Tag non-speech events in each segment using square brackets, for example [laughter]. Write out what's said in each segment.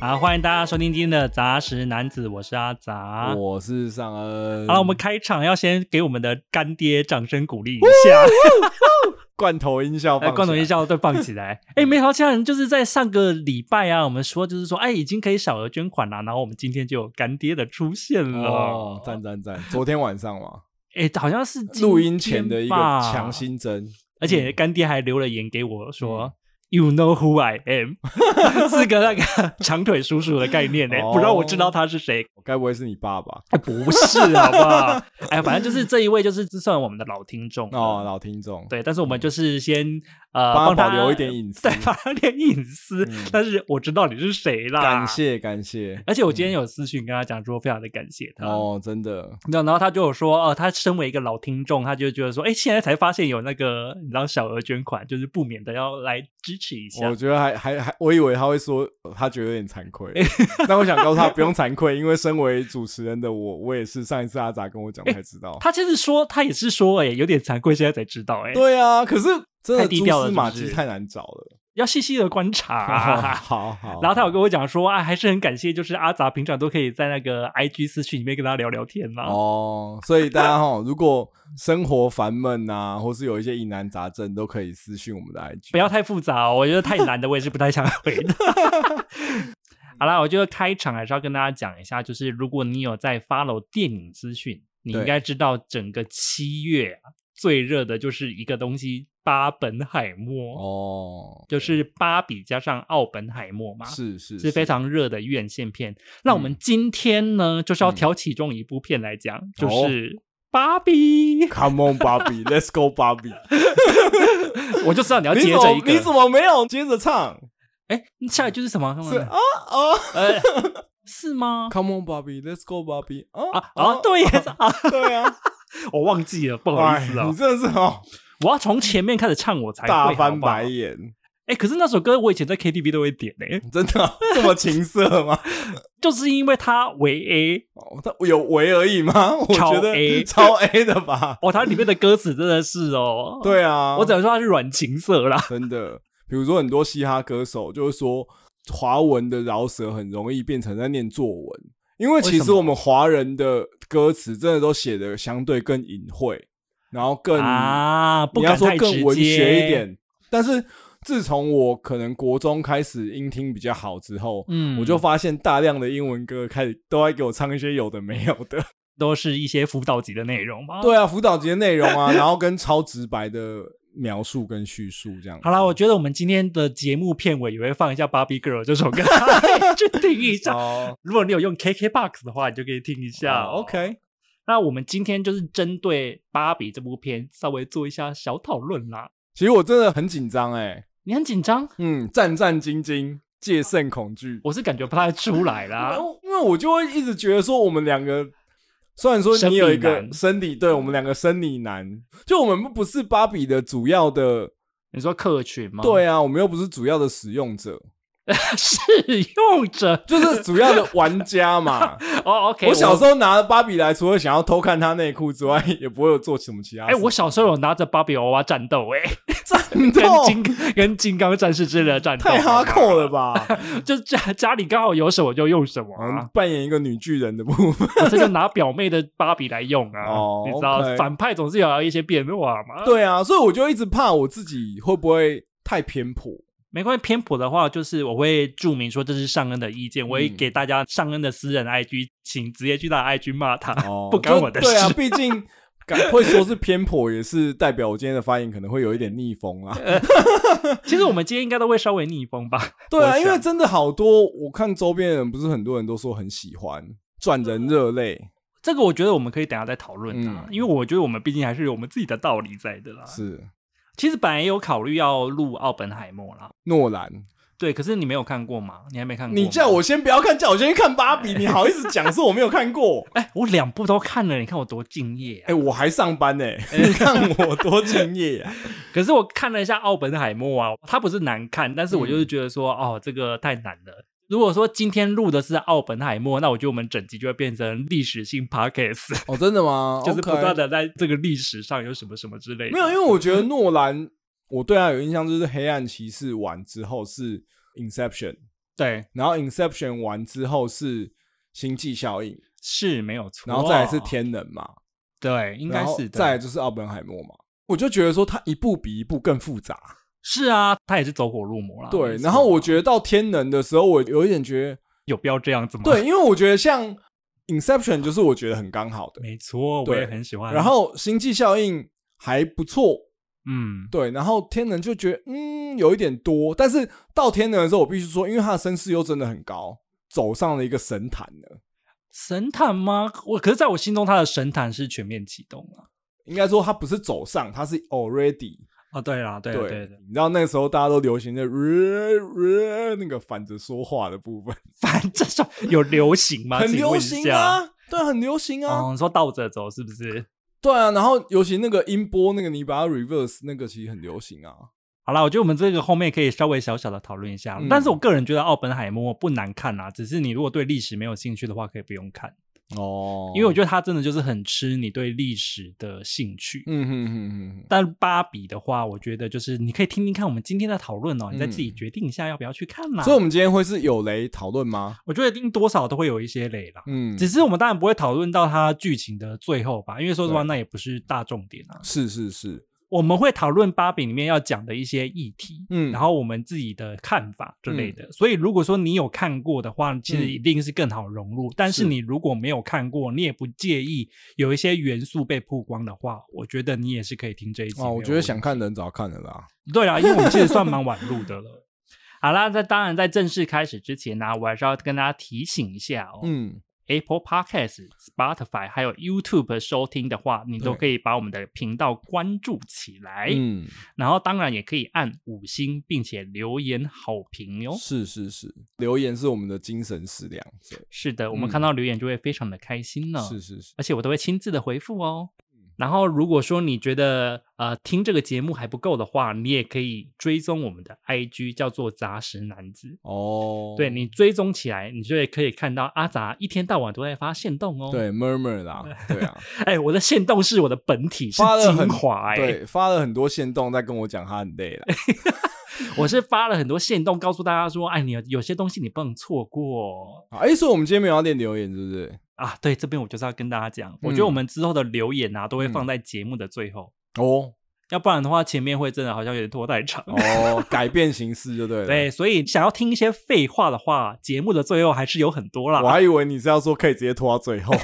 好，欢迎大家收听今天的杂食男子，我是阿杂。我是尚恩。啊好了，我们开场要先给我们的干爹掌声鼓励一 [laughs] 下，罐头音效，哎，罐头音效。效都放起来。哎，没想到家人就是在上个礼拜啊，我们说就是说，哎，已经可以小额捐款啦，然后我们今天就有干爹的出现了哦，。赞赞赞！昨天晚上嘛，哎，好像是啊今录音前的一个天吧强，心嗯针，而且干爹还留了言给我说。You know who I am，是 [laughs] 个那个长腿叔叔的概念呢、哦不让我知道他是谁，该不会是你爸爸哎 [laughs] 不是，好不 [laughs] 好？哎，反正就是这一位，就是算我们的老听众啊哦，。老听众，对，但是我们就是先呃帮他他保留一点隐私对，保留点隐私。嗯但是我知道你是谁啦，感。谢感谢而且我今天有私讯跟他讲说，非常的感谢他。哦，真的，然后然后他就有说，呃，他身为一个老听众，他就觉得说，哎，现在才发现有那个，你知道小额捐款，就是不免的要来支持一下我。觉得还还还，我以为他会说呃他觉得有点 [laughs] 惭愧，但我想告诉他不用惭愧，因为身为主持人的我，我也是上一次阿杂跟我讲才知 [laughs] 道。他其实说，他也是说，哎，有点惭愧，现在才知道，哎，对啊，可是真的太低蛛调了丝是不啊马是迹太难找了。要细细的观察、 [laughs] 好好，然后他有跟我讲说，啊，还是很感谢，就是阿杂平常都可以在那个 IG 私讯里面跟他聊聊天嘛。哦，所以大家哈，如果生活烦闷啊，或是有一些疑难杂症，都可以私讯我们的 IG。不要太复杂、哦，我觉得太难的，我也是不太想回 [laughs] 的。好啦，我觉得开场还是要跟大家讲一下，就是如果你有在 follow 电影资讯，你对应该知道整个七月啊最热的就是一个东西——巴本海默，哦，就是芭比加上奥本海默嘛。是是嗯是非常热的院线片。那我们今天呢，就是要挑其中一部片来讲，哦就是《芭 [laughs] 比》 Come on Barbie，Let's go Barbie。我就知道 [laughs] 你要你接怎着一么你个怎。么没有接着唱？哎，下一句是什么？是啊啊呃，是吗？ ，Come on Barbie，Let's go Barbie。啊啊啊，对耶， [laughs] 啊，对啊，我忘记 [laughs] 了，不好意思哎哦你，真的是哦，我要从前面开始唱，我才大会好翻白。不好眼，哎，可是那首歌我以前在 KTV 都会点诶，真的啊这么情色吗？就是因为它为 A，哦，他有为而已吗？我超觉得 A 超 A 的吧。哦，它里面的歌词真的是 [laughs] 哦，，对啊，我只能说它是软情色啦。真的，比如说很多嘻哈歌手就是说，华文的饶舌很容易变成在念作文，因为其为什实么我们华人的歌词真的都写的相对更隐晦，然后更、啊，不你要敢说太直更文学接一。点。但是自从我可能国中开始音听比较好之后，嗯我就发现大量的英文歌开始都在给我唱一些有的没有的。都是一些辅导级的内容吗？。对啊，辅导节内容啊，然后跟超直白的描述跟叙述这样子。好啦，我觉得我们今天的节目片尾也会放一下《Barbie Girl》这首歌， [laughs] 大家去听一下。哦 [laughs] 如果你有用 KKBOX 的话，你就可以听一下。哦，OK。那我们今天就是针对《芭比》这部片稍微做一下小讨论啦。其实我真的很紧张哎，你很紧张，嗯，战战兢兢，戒慎恐惧。我是感觉不太出来啦 [laughs] 然。后因为我就会一直觉得说，我们两个虽然说生你理有一个男生理，对我们两个生理男，就我们不是芭比的主要的，你说客群吗？对，啊，我们又不是主要的使用者， [laughs] 使用者就是主要的玩 [laughs] 家嘛。哦，OK。我小时候拿芭比来，除了想要偷看她内裤之外，也不会有做什么其他哎、事。我 [laughs] 小时候有拿着芭比娃娃战斗、 [laughs] 哎，战跟斗金跟金刚战士之类的战斗，太哈扣了吧？ [laughs] 吧？就家家里刚好有什么就用什么好像啊，扮演一个女巨人的部分。我这就拿表妹的芭比来用啊， [laughs] 哦你知道 OK 反派总是有一些变化嘛。， [laughs] 对啊，所以我就一直怕我自己会不会太偏 [laughs] 颇。没关系，偏颇的话就是我会注明说这是尚恩的意见，我嗯会给大家尚恩的私人 IG，请直接去他的 IG 骂他， [laughs] 哦不干我的就对啊，事。毕 [laughs] 竟敢会说是偏颇，也是代表我今天的发言可能会有一点逆风 [laughs] 啊。其实我们今天应该都会稍微逆风吧，对我啊，想因为真的好多，我看周边人不是很多人都说很喜欢，赚人热泪 [laughs] 这个我觉得我们可以等一下再讨论啊，嗯因为我觉得我们毕竟还是有我们自己的道理在的啦。是其实本来也有考虑要录奥本海默啦。诺兰。对，可是你没有看过吗？你还没看过吗？你叫我先不要看，叫我先去看芭比，你好意思讲说我没有 [laughs] 看过？哎、我两部都看了，你看我多敬业啊！哎、我还上班呢、哎你看我多敬业啊！可是我看了一下奥本海默啊，它不是难看，但是我嗯就是觉得说，哦，这个太难了。如果说今天录的是奥本海默，那我觉得我们整集就会变成历史性 [laughs] podcast，、哦，真的吗 [laughs] 就是不 OK 断的在这个历史上有什么什么之类的。没有，因为我觉得诺兰，我对他有印象就是《黑暗骑士》完之后是《Inception》，对，然后 Inception 完之后是星际效应，是没有错。然后再来是，天能嘛，对，应该然后是的再来就是奥本海默嘛。我就觉得说它一步比一步更复杂，是啊，他也是走火入魔啦。对。啊没错嗯然后我觉得到天能的时候，我有一点觉得，有必要这样子吗？对，，因为我觉得像 Inception 就是我觉得很刚好的，没错，我也对很喜欢。然，后星际效应还不错，嗯，对，然后天能就觉得嗯有一点多，但是到天能的时候，我必须说，因为他的身世又真的很高，走上了一个神坛了。神探吗？我可是在我心中，他的神探是全面启动啊了。应该说他不是走上，他是 already 啊，对啦，对对对，你知道那个时候大家都流行的、那个反着说话的部分，反正说有流行吗？很请问流一行下。啊，对，很流行啊，哦，你说倒着走是不是？对啊。然后尤其那个音波，那个你把它 reverse，那个其实很流行啊。好啦，我觉得我们这个后面可以稍微小小的讨论一下，嗯但是我个人觉得《奥本海默》不难看啦，只是你如果对历史没有兴趣的话，可以不用看，哦因为我觉得它真的就是很吃你对历史的兴趣。嗯哼哼哼哼，但芭比的话，我觉得就是你可以听听看我们今天的讨论哦，你再自己嗯决定一下要不要去看啦。所以我们今天会是有雷讨论吗？我觉得一定多少都会有一些累啦，嗯，只是我们当然不会讨论到它剧情的最后吧，因为说实话对那也不是大重点啊。是是是，我们会讨论芭比里面要讲的一些议题，嗯然后我们自己的看法之类的。所以如果说你有看过的话，其实嗯一定是更好融入。但是是你如果没有看过，你也不介意有一些元素被曝光的话，我觉得你也是可以听这一集。哦，没我有觉得问题想看的人早看了啦。对啊啦，因为我们其实算蛮晚录的了。好啦，在当然在正式开始之前呢、我还是要跟大家提醒一下哦。嗯， Apple Podcast、Spotify 还有 YouTube 收听的话，你都对可以把我们的频道关注起来。嗯，然后当然也可以按五星，并且留言好评哟。是是是，留言是我们的精神食粮。是的，我们嗯看到留言就会非常的啊开心呢，是嗯是是，而且我都会亲自的回复哦。然后如果说你觉得呃听这个节目还不够的话，你也可以追踪我们的 IG，叫做杂食男子。哦，对你追踪起来，你就会可以看到阿杂一天到晚都在发现动哦。，对 murmur 啦，对 [laughs] 啊，哎，我的现动是我的本体，是发了精很华哎、对，发了很多线动在跟我讲他很 [laughs] 累了。我是发了很多现动，告诉大家说，哎，你有有些东西你不能错过。哦好哎，所以我们今天没有要念留言，是不是？啊，对，这边我就是要跟大家讲，我觉嗯得我们之后的留言啊，都会放在节目的最后，哦要不然的话，前面会真的好像有点拖太 [laughs] 长。哦，改变形式就对了。对，，所以想要听一些废话的话，节目的最后还是有很多我啦，还以为你是要说可以直接拖到最后，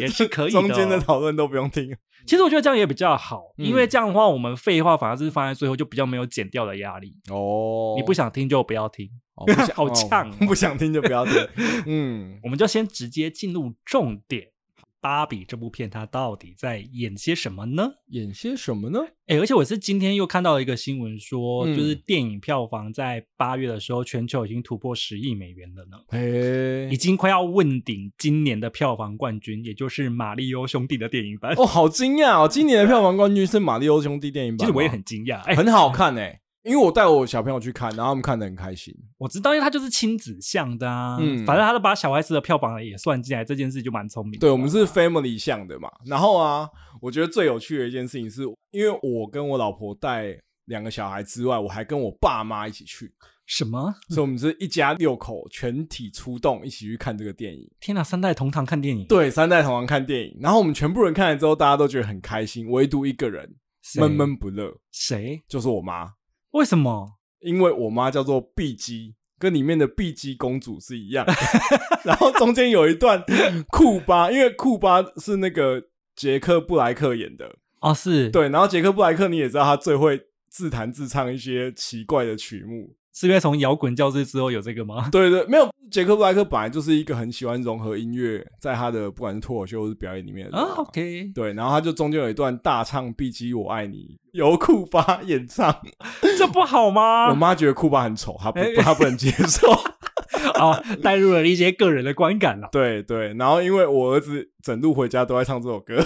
也是可以 [laughs] 中间的的哦。讨论都不用 [laughs] 听。其实我觉得这样也比较好，因为嗯这样的话，我们废话反而是放在最后，就比较没有剪掉的压力。哦，你不想听就不要听，哦，不想好哦呛哦不想听就 [laughs] 不要听。嗯，我们就先直接进入重点。芭比这部片它到底在演些什么呢？演些什 [laughs] 么呢？哎、而且我是今天又看到了一个新闻说，嗯就是电影票房在八月的时候，全球已经突破十亿美元了呢，哎已，经快要问鼎今年的票房冠军，也就是《马里欧兄弟》的电影版。 [laughs] 哦，好惊讶哦！今年的票房冠军是《马里奥兄弟》电影版其吗，实我也很惊讶，哎、哦很好看哎、因为我带我小朋友去看，然后他们看得很开心。我知道，因为它就是亲子向的啊，嗯反正他都把小孩子的票房也算进来，这件事就蛮聪明的。对我们是 family 向的嘛，然后啊，我觉得最有趣的一件事情是，因为我跟我老婆带两个小孩之外，我还跟我爸妈一起去，什么？所以我们是一家六口全体出动一起去看这个电影。天哪，三代同堂看电影，对，三代同堂看电影，然后我们全部人看了之后，大家都觉得很开心，唯独一个人谁闷闷不乐，谁？就是我妈。为什么？因为我妈叫做碧姬，跟里面的碧姬公主是一样的。 [laughs] 然后中间有一段库巴，因为库巴是那个杰克布莱克演的，哦，是对。然后杰克布莱克你也知道，他最会自弹自唱一些奇怪的曲目。是因为从摇滚教室之后有这个吗？ [laughs] 对对，没有杰克布莱克本来就是一个很喜欢融合音乐，在他的不管是脱口秀或是表演里面的人啊，OK，对，然后他就中间有一段大唱《碧姬我爱你》，由库巴 [laughs] 演唱。这不好吗？我妈觉得库巴很丑，她不哎她不能接受。 [laughs] 啊，带入了一些个人的观感了。对对，然后因为我儿子整路回家都在唱这首 [laughs] 歌，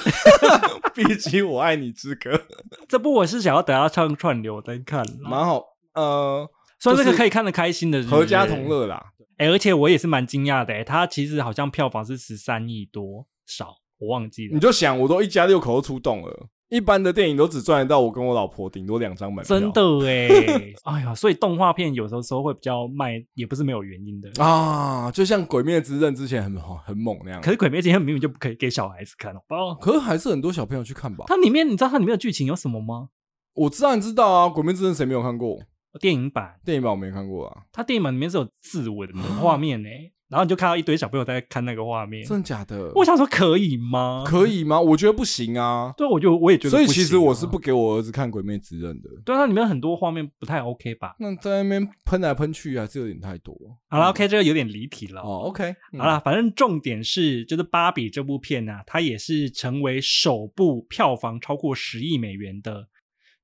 毕竟我爱你之歌，这部我是想要等他唱串流再看啦，蛮好。呃，算是个就是可以看得开心的是不是合家同。乐啦。哎、而且我也是蛮惊讶的、哎，它其实好像票房是十三亿多少，我忘记你了。就想，我都一家六口都出动了，一般的电影都只赚得到我跟我老婆顶多两张门票，真的哎、 [laughs] 哎呀，所以动画片有时候时候会比较卖，也不是没有原因的。啊！就像《鬼灭之刃》之前很很很猛那样可，是《鬼灭之刃》明明就不可以给小孩子看，好不好？可是还是很多小朋友去看吧。它里面你知道它里面的剧情有什么吗？我自然知道啊，《鬼灭之刃》谁没有看过？电影版，电影版我没看过啊，它电影版里面是有字文的画面呢、然后你就看到一堆小朋友在看那个画面。真的假的？我想说可以吗？可以吗？我觉得不行啊。对，我就我也觉得、啊所以其实我是不，给我儿子看《鬼灭之刃》的。对啊它里面很多画面不太 OK 吧？那在那边喷来喷去还是有点太多。好了，OK，这个有点离题了。嗯哦，OK，嗯好啦，反正重点是，就是《芭比》这部片呢、它也是成为首部票房超过十亿美元的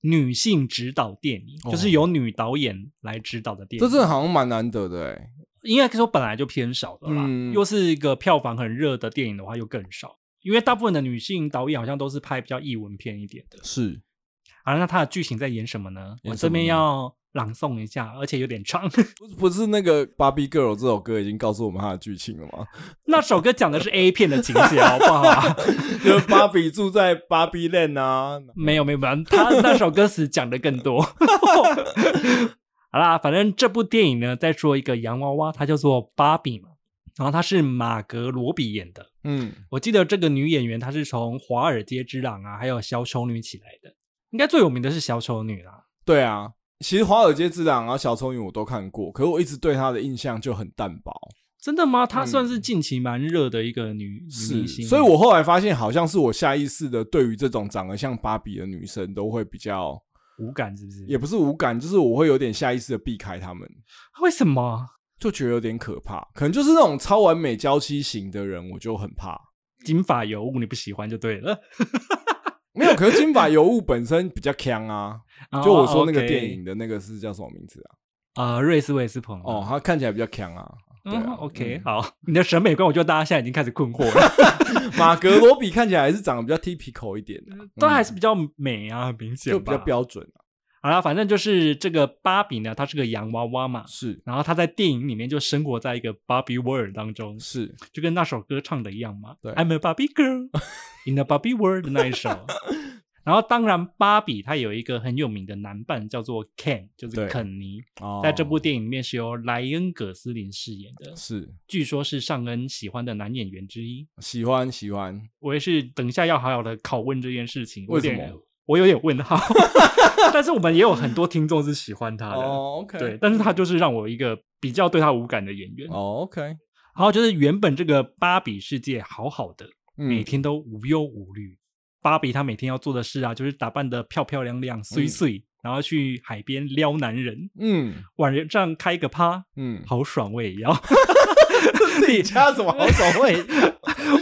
女性指导电影，哦就是由女导演来指导的电这影。真的好像蛮难得的哎、应该说本来就偏少的啦，嗯又是一个票房很热的电影的话，又更少。因为大部分的女性导演好像都是拍比较译文片一点的。是啊，那它的剧情在演什么呢？演我什这么边呢要朗诵一下，而且有点长。不是不是那个《Barbie Girl》这首歌已经告诉我们它的剧情了吗？ [laughs] 那首歌讲的是 A 片的情节，好不好啊？就是芭比住在芭比 land 啊，没有没有没有，他那首歌词讲的更多。好啦，反正这部电影呢，在说一个洋娃娃，它叫做芭比嘛，然后它是马格罗比演的。嗯，我记得这个女演员她是从《华尔街之狼》啊，还有《小丑女》起来的，应该最有名的是《小丑女》啦。对啊。其实《华尔街之狼》啊，《小丑女》我都看过，可是我一直对她的印象就很淡薄，真的吗？她算是近期蛮热的一个女、女嗯是明，星，所以我后来发现，好像是我下意识的对于这种长得像芭比的女生都会比较，无感是不是？也不是无感，就是我会有点下意识的避开她们，为什么？就觉得有点可怕，可能就是那种超完美娇妻型的人，我就很怕。金发尤物你不喜欢就对了。没有，可是金发尤物本身比较 [laughs] 强啊，就我说那个电影哦的那个是叫什么名字啊？ ，OK，啊、瑞斯威斯朋哦，他看起来比较强啊。对嗯啊，OK，嗯好， [laughs] 你的审美观，我觉得大家现在已经开始困惑了，马格罗比看起来还是长得比较 typical 一点的啊， [laughs] 都还嗯是比较美啊，很明显就比较吧。标准啊。好啦，反正就是这个芭比呢，她是个洋娃娃嘛，是然后她在电影里面就生活在一个 Barbie World 当中，是，就跟那首歌唱的一样嘛。对，I'm a Barbie [laughs] girl in a Barbie world 的那一首。然后，当然，芭比她有一个很有名的男伴叫做 Ken，就是对肯尼，哦在这部电影里面是由莱恩·葛斯林饰演的，是据说是尚恩喜欢的男演员之一。喜欢喜欢，我也是等一下要好好的拷问这件事情，我为有什么点我有点问号， [laughs] 但是我们也有很多听众是喜欢他的，哦，OK，对，但是他就是让我一个比较对他无感的演员。哦，OK，然后就是原本这个芭比世界好好的，每嗯，天都无忧无虑。芭比她每天要做的事啊，就是打扮的漂漂亮亮、碎碎，然后去海边撩男人，嗯晚上开个趴，嗯，好爽，我也要。 [laughs] 自己加什么好手绘？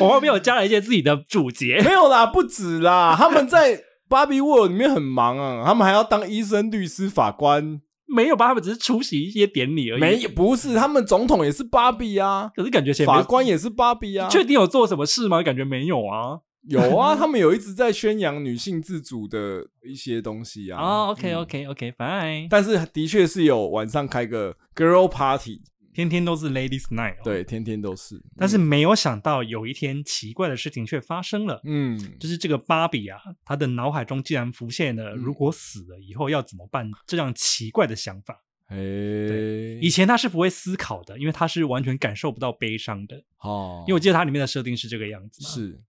我后面有加了一些自己的注解， [laughs] 没有啦，不止 [laughs] 啦，他们在 Barbie World 里面很忙啊，他们还要当医生、律师、法官，没有吧？他们只是出席一些典礼而已，没有不是，他们总统也是芭比啊，可是感觉前面法官也是芭比啊，确定有做什么事吗？感觉没有啊。有啊， [laughs] 他们有一直在宣扬女性自主的一些东西啊。哦，OK 嗯 OK OK fine，但是的确是有晚上开个 girl party，天天都是 Ladies Night，哦，对，天天都是。但是没有想到有一天奇怪的事情却发生了。嗯，就是这个芭比啊，她的脑海中竟然浮现了嗯如果死了以后要怎么办这样奇怪的想法。诶，以前她是不会思考的，因为她是完全感受不到悲伤的。哦，因为我记得它里面的设定是这个样子嘛。。是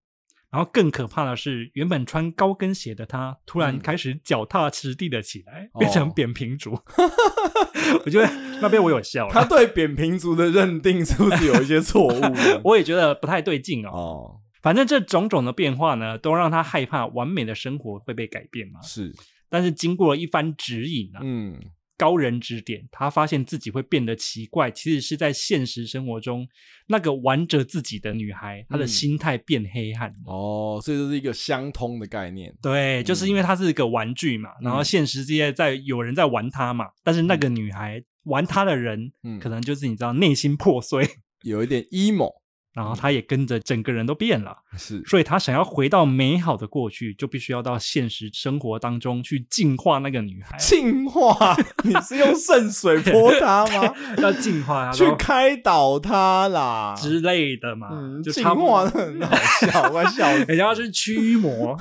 然后更可怕的是，原本穿高跟鞋的她突然嗯开始脚踏实地的起来，哦变成扁平足。 [laughs] 我觉得那边我有笑了，？他对扁平足的认定是不是有一些错误呢 [laughs] 我也觉得不太对劲哦。哦，反正这种种的变化呢，都让他害怕完美的生活会被改变嘛。是，但是经过了一番指引啊，嗯，高人指点，他发现自己会变得奇怪，其实是在现实生活中那个玩着自己的女孩，她的嗯心态变黑暗了。哦，所以这是一个相通的概念。对，就是因为它是一个玩具嘛，然后嗯现实世界在有人在玩它嘛，但是那个女孩玩它的人，嗯可能就是你知道内心破碎， [laughs] 有一点 emo，然后他也跟着整个人都变了。是，所以他想要回到美好的过去，就必须要到现实生活当中去净化那个女孩净化，你是用圣水泼他吗？ [laughs] 要净化啊她，去然后开导他啦，之类的嘛，嗯，啊就净差不多哎 [laughs] 化得很好笑，我要笑死。人家是驱魔。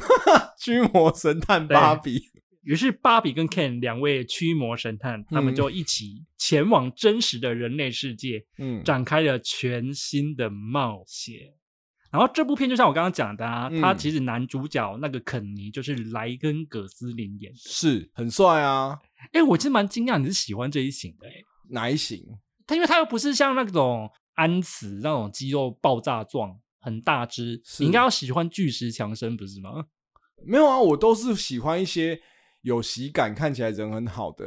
驱魔神探芭比，于是，芭比跟 Ken 两位驱魔神探，他们嗯就一起前往真实的人类世界，嗯，展开了全新的冒险。然后这部片就像我刚刚讲的啊，嗯他其实男主角那个肯尼就是莱根·葛斯林演的。是很帅啊，哎，我其实蛮惊讶你是喜欢这一型的哎，哪一型？他因为他又不是像那种安慈那种肌肉爆炸状很大只，是你应该要喜欢巨石强森不是吗？没有啊，我都是喜欢一些有喜感、看起来人很好的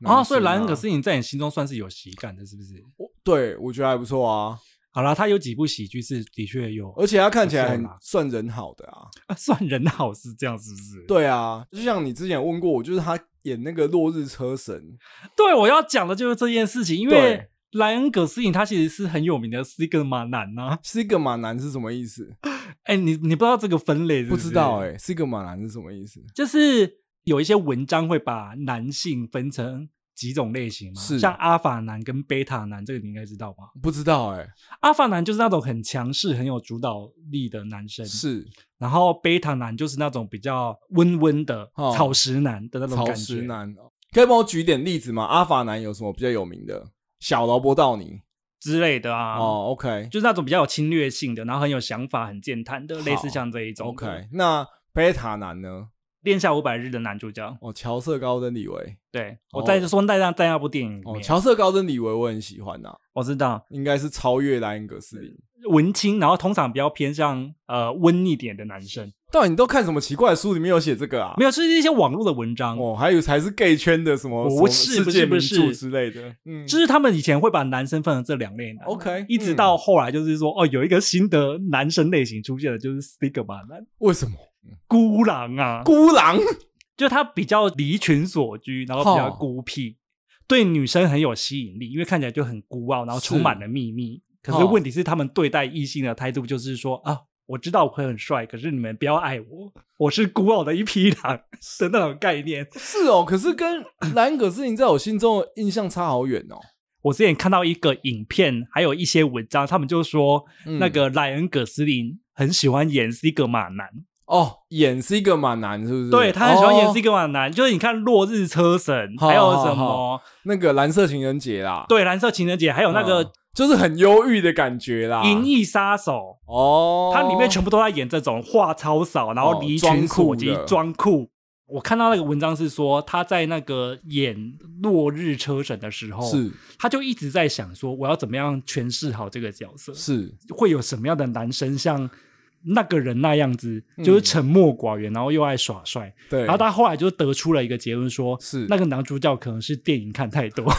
男生哦啊。啊，所以莱恩·葛斯林在你心中算是有喜感的，是不是？我，对我觉得还不错啊，好啦，他有几部喜剧是的确有，而且他看起来很不错啦算人好的啊。算人好是这样，是不是？对啊，就像你之前有问过我，就是他演那个《落日车神对，我要讲的就是这件事情，因为对莱恩·葛斯林他其实是很有名的 Sigma 男呐、》 ，Sigma 男是什么意思？哎、你你不知道这个分类是不是知道哎、s i g m a 男是什么意思？就是有一些文章会把男性分成几种类型嘛，是像阿法男跟贝塔男，这个你应该知道吧？不知道哎、阿法男就是那种很强势、很有主导力的男生，是然后贝塔男就是那种比较温温的、哦草食男的那种草感觉。食男，哦可以帮我举点例子吗？阿法男有什么比较有名的？小劳勃道尼之类的啊，哦，OK 就是那种比较有侵略性的，然后很有想法、很健谈的，好类似像这一种的。 OK，那贝塔男呢？恋下五百日的男主角，哦，乔瑟高登李维对哦我在说那那在那部电影里哦，面，乔瑟高登李维我很喜欢呐、我知道应该是超越莱恩葛斯林。文青，然后通常比较偏向呃温一点的男生，到底你都看什么奇怪的书？里面有写这个啊？没有，是一些网络的文章。哦，还有才是 gay 圈的什么不什么是世不界是不名是著之类的，嗯，就是他们以前会把男生分成这两类男 OK，一直嗯到后来就是说，哦，有一个新的男生类型出现了，就是 stigma 男为什么孤狼啊，孤狼？ [laughs] 就他比较离群所居，然后比较哦孤僻，对女生很有吸引力，因为看起来就很孤傲，然后充是满了秘密。可是哦问题是，他们对待异性的态度就是说啊，我知道我会很帅，可是你们不要爱我，我是孤傲的一匹狼的那种概念。 [laughs] 是哦，可是跟莱恩葛斯林在我心中的印象差好远哦。我之前看到一个影片，还有一些文章，他们就说、嗯那个莱恩·葛斯林很喜欢演西格玛男，哦，演是一个蛮难，是不是？对他很喜欢演西哦、格玛男，就是你看《落日车神》，好还有好什好么哦那个蓝色情人节啦，对《蓝色情人节》，还有嗯，那个就是很忧郁的感觉啦。 《银翼杀手》啊哦，它里面全部都在演这种话超少，然后哦离群所装居酷的、装酷。我看到那个文章是说，他在那个演《落日车神》的时候，是他就一直在想说，我要怎么样诠释好这个角色，是会有什么样的男生像那个人那样子，嗯就是沉默寡言，然后又爱耍帅。对，然后他后来就得出了一个结论说，是那个男主角可能是电影看太多。 [laughs]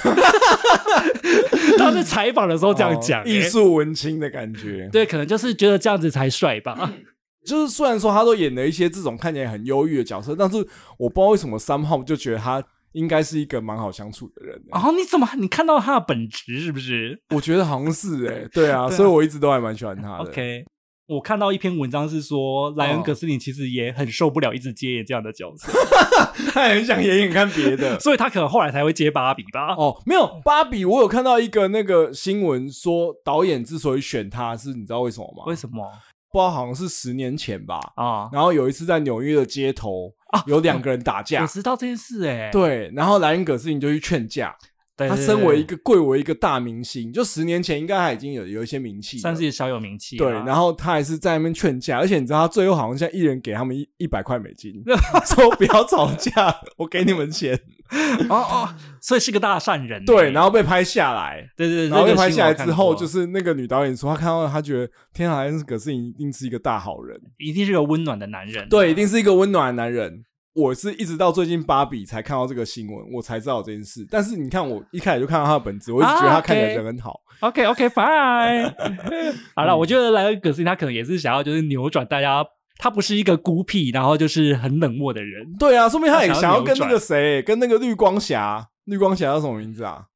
他在采访的时候这样讲、哦艺欸术文青的感觉。对，可能就是觉得这样子才帅吧。嗯就是虽然说他都演了一些这种看起来很忧郁的角色，但是我不知道为什么三号就觉得他应该是一个蛮好相处的人、欸。 [laughs] 然后你怎么你看到他的本质是不是我觉得好像是哎、对啊，对啊所以我一直都还蛮喜欢他的。 ？OK，我看到一篇文章是说，莱恩·哦葛斯林其实也很受不了一直接演这样的角色， [laughs] [laughs] 他也很想演演看别的，所以他可能后来才会接芭比吧。哦，没有，芭比，我有看到一个那个新闻说，导演之所以选他是，你知道为什么吗？为什么不知道，好像是十年前吧。啊？然后有一次在纽约的街头，啊有两个人打 [laughs] 架，我知道这件事哎、对，然后莱恩·葛斯林就去劝架。对，他对身为一。对个贵为一个大明星，就十年前应该他已经有有一些名气了，算是小有啊名气啦，对，然后他还是在那边劝架，而且你知道他最后好像像一人给他们一一百块 [laughs] 美金， [laughs] 说不要吵架，我给你们钱。哦哦，所以是个大善人欸。 [laughs] 对，然后后被拍下来，对对，然后被拍下来之啊后，就是是那个女导演说，她看到她觉得天海恩格斯林一定是一个大好人，一定是个温暖的男人，对，一定是一个温暖的男人。我是一直到最近芭比才看到这个新闻，我才知道这件事。但是你看，我一开始就看到他的本质，我一直觉得他看起来人很好。啊 OK OK [laughs] Fine，好嗯了，我觉得莱恩·葛斯林他可能也是想要就是扭转大家，他不是一个孤僻，然后就是很冷漠的人。对啊，说明他也他想想要要跟那扭个谁，跟那个绿光侠，绿光侠叫什么名字啊？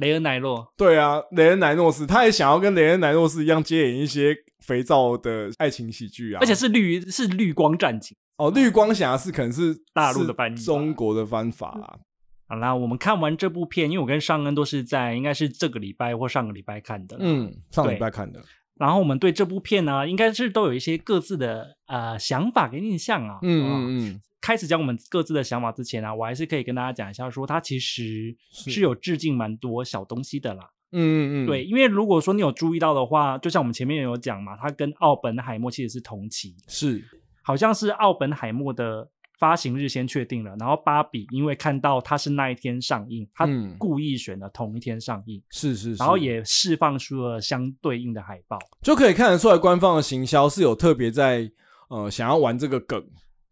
雷恩奈洛，对啊，雷恩·莱诺斯，他也想要跟雷恩·莱诺斯一样接演一些肥皂的爱情喜剧啊，而且是绿是绿光战警。哦，绿光侠是可能是大陆的啊是翻译吧中国的翻法啊啦。好啦，我们看完这部片，因为我跟尚恩都是在应该是这个礼拜或上个礼拜看的，，嗯，上礼对拜看的，然后我们对这部片呢，应该是都有一些各自的呃想法跟印象啊，嗯哦嗯嗯，开始讲我们各自的想法之前啊，我还是可以跟大家讲一下，说它其实是是有致敬蛮多小东西的啦。嗯嗯嗯，对，，因为如果说你有注意到的话，就像我们前面有讲嘛，它跟奥本海默其实是同期，是，好像是奥本海默的发行日先确定了，然后芭比因为看到它是那一天上映，它嗯故意选了同一天上映，是是，然后是也释放出了相对应的海报。就可以看得出来，官方的行销是有特别在呃想要玩这个梗。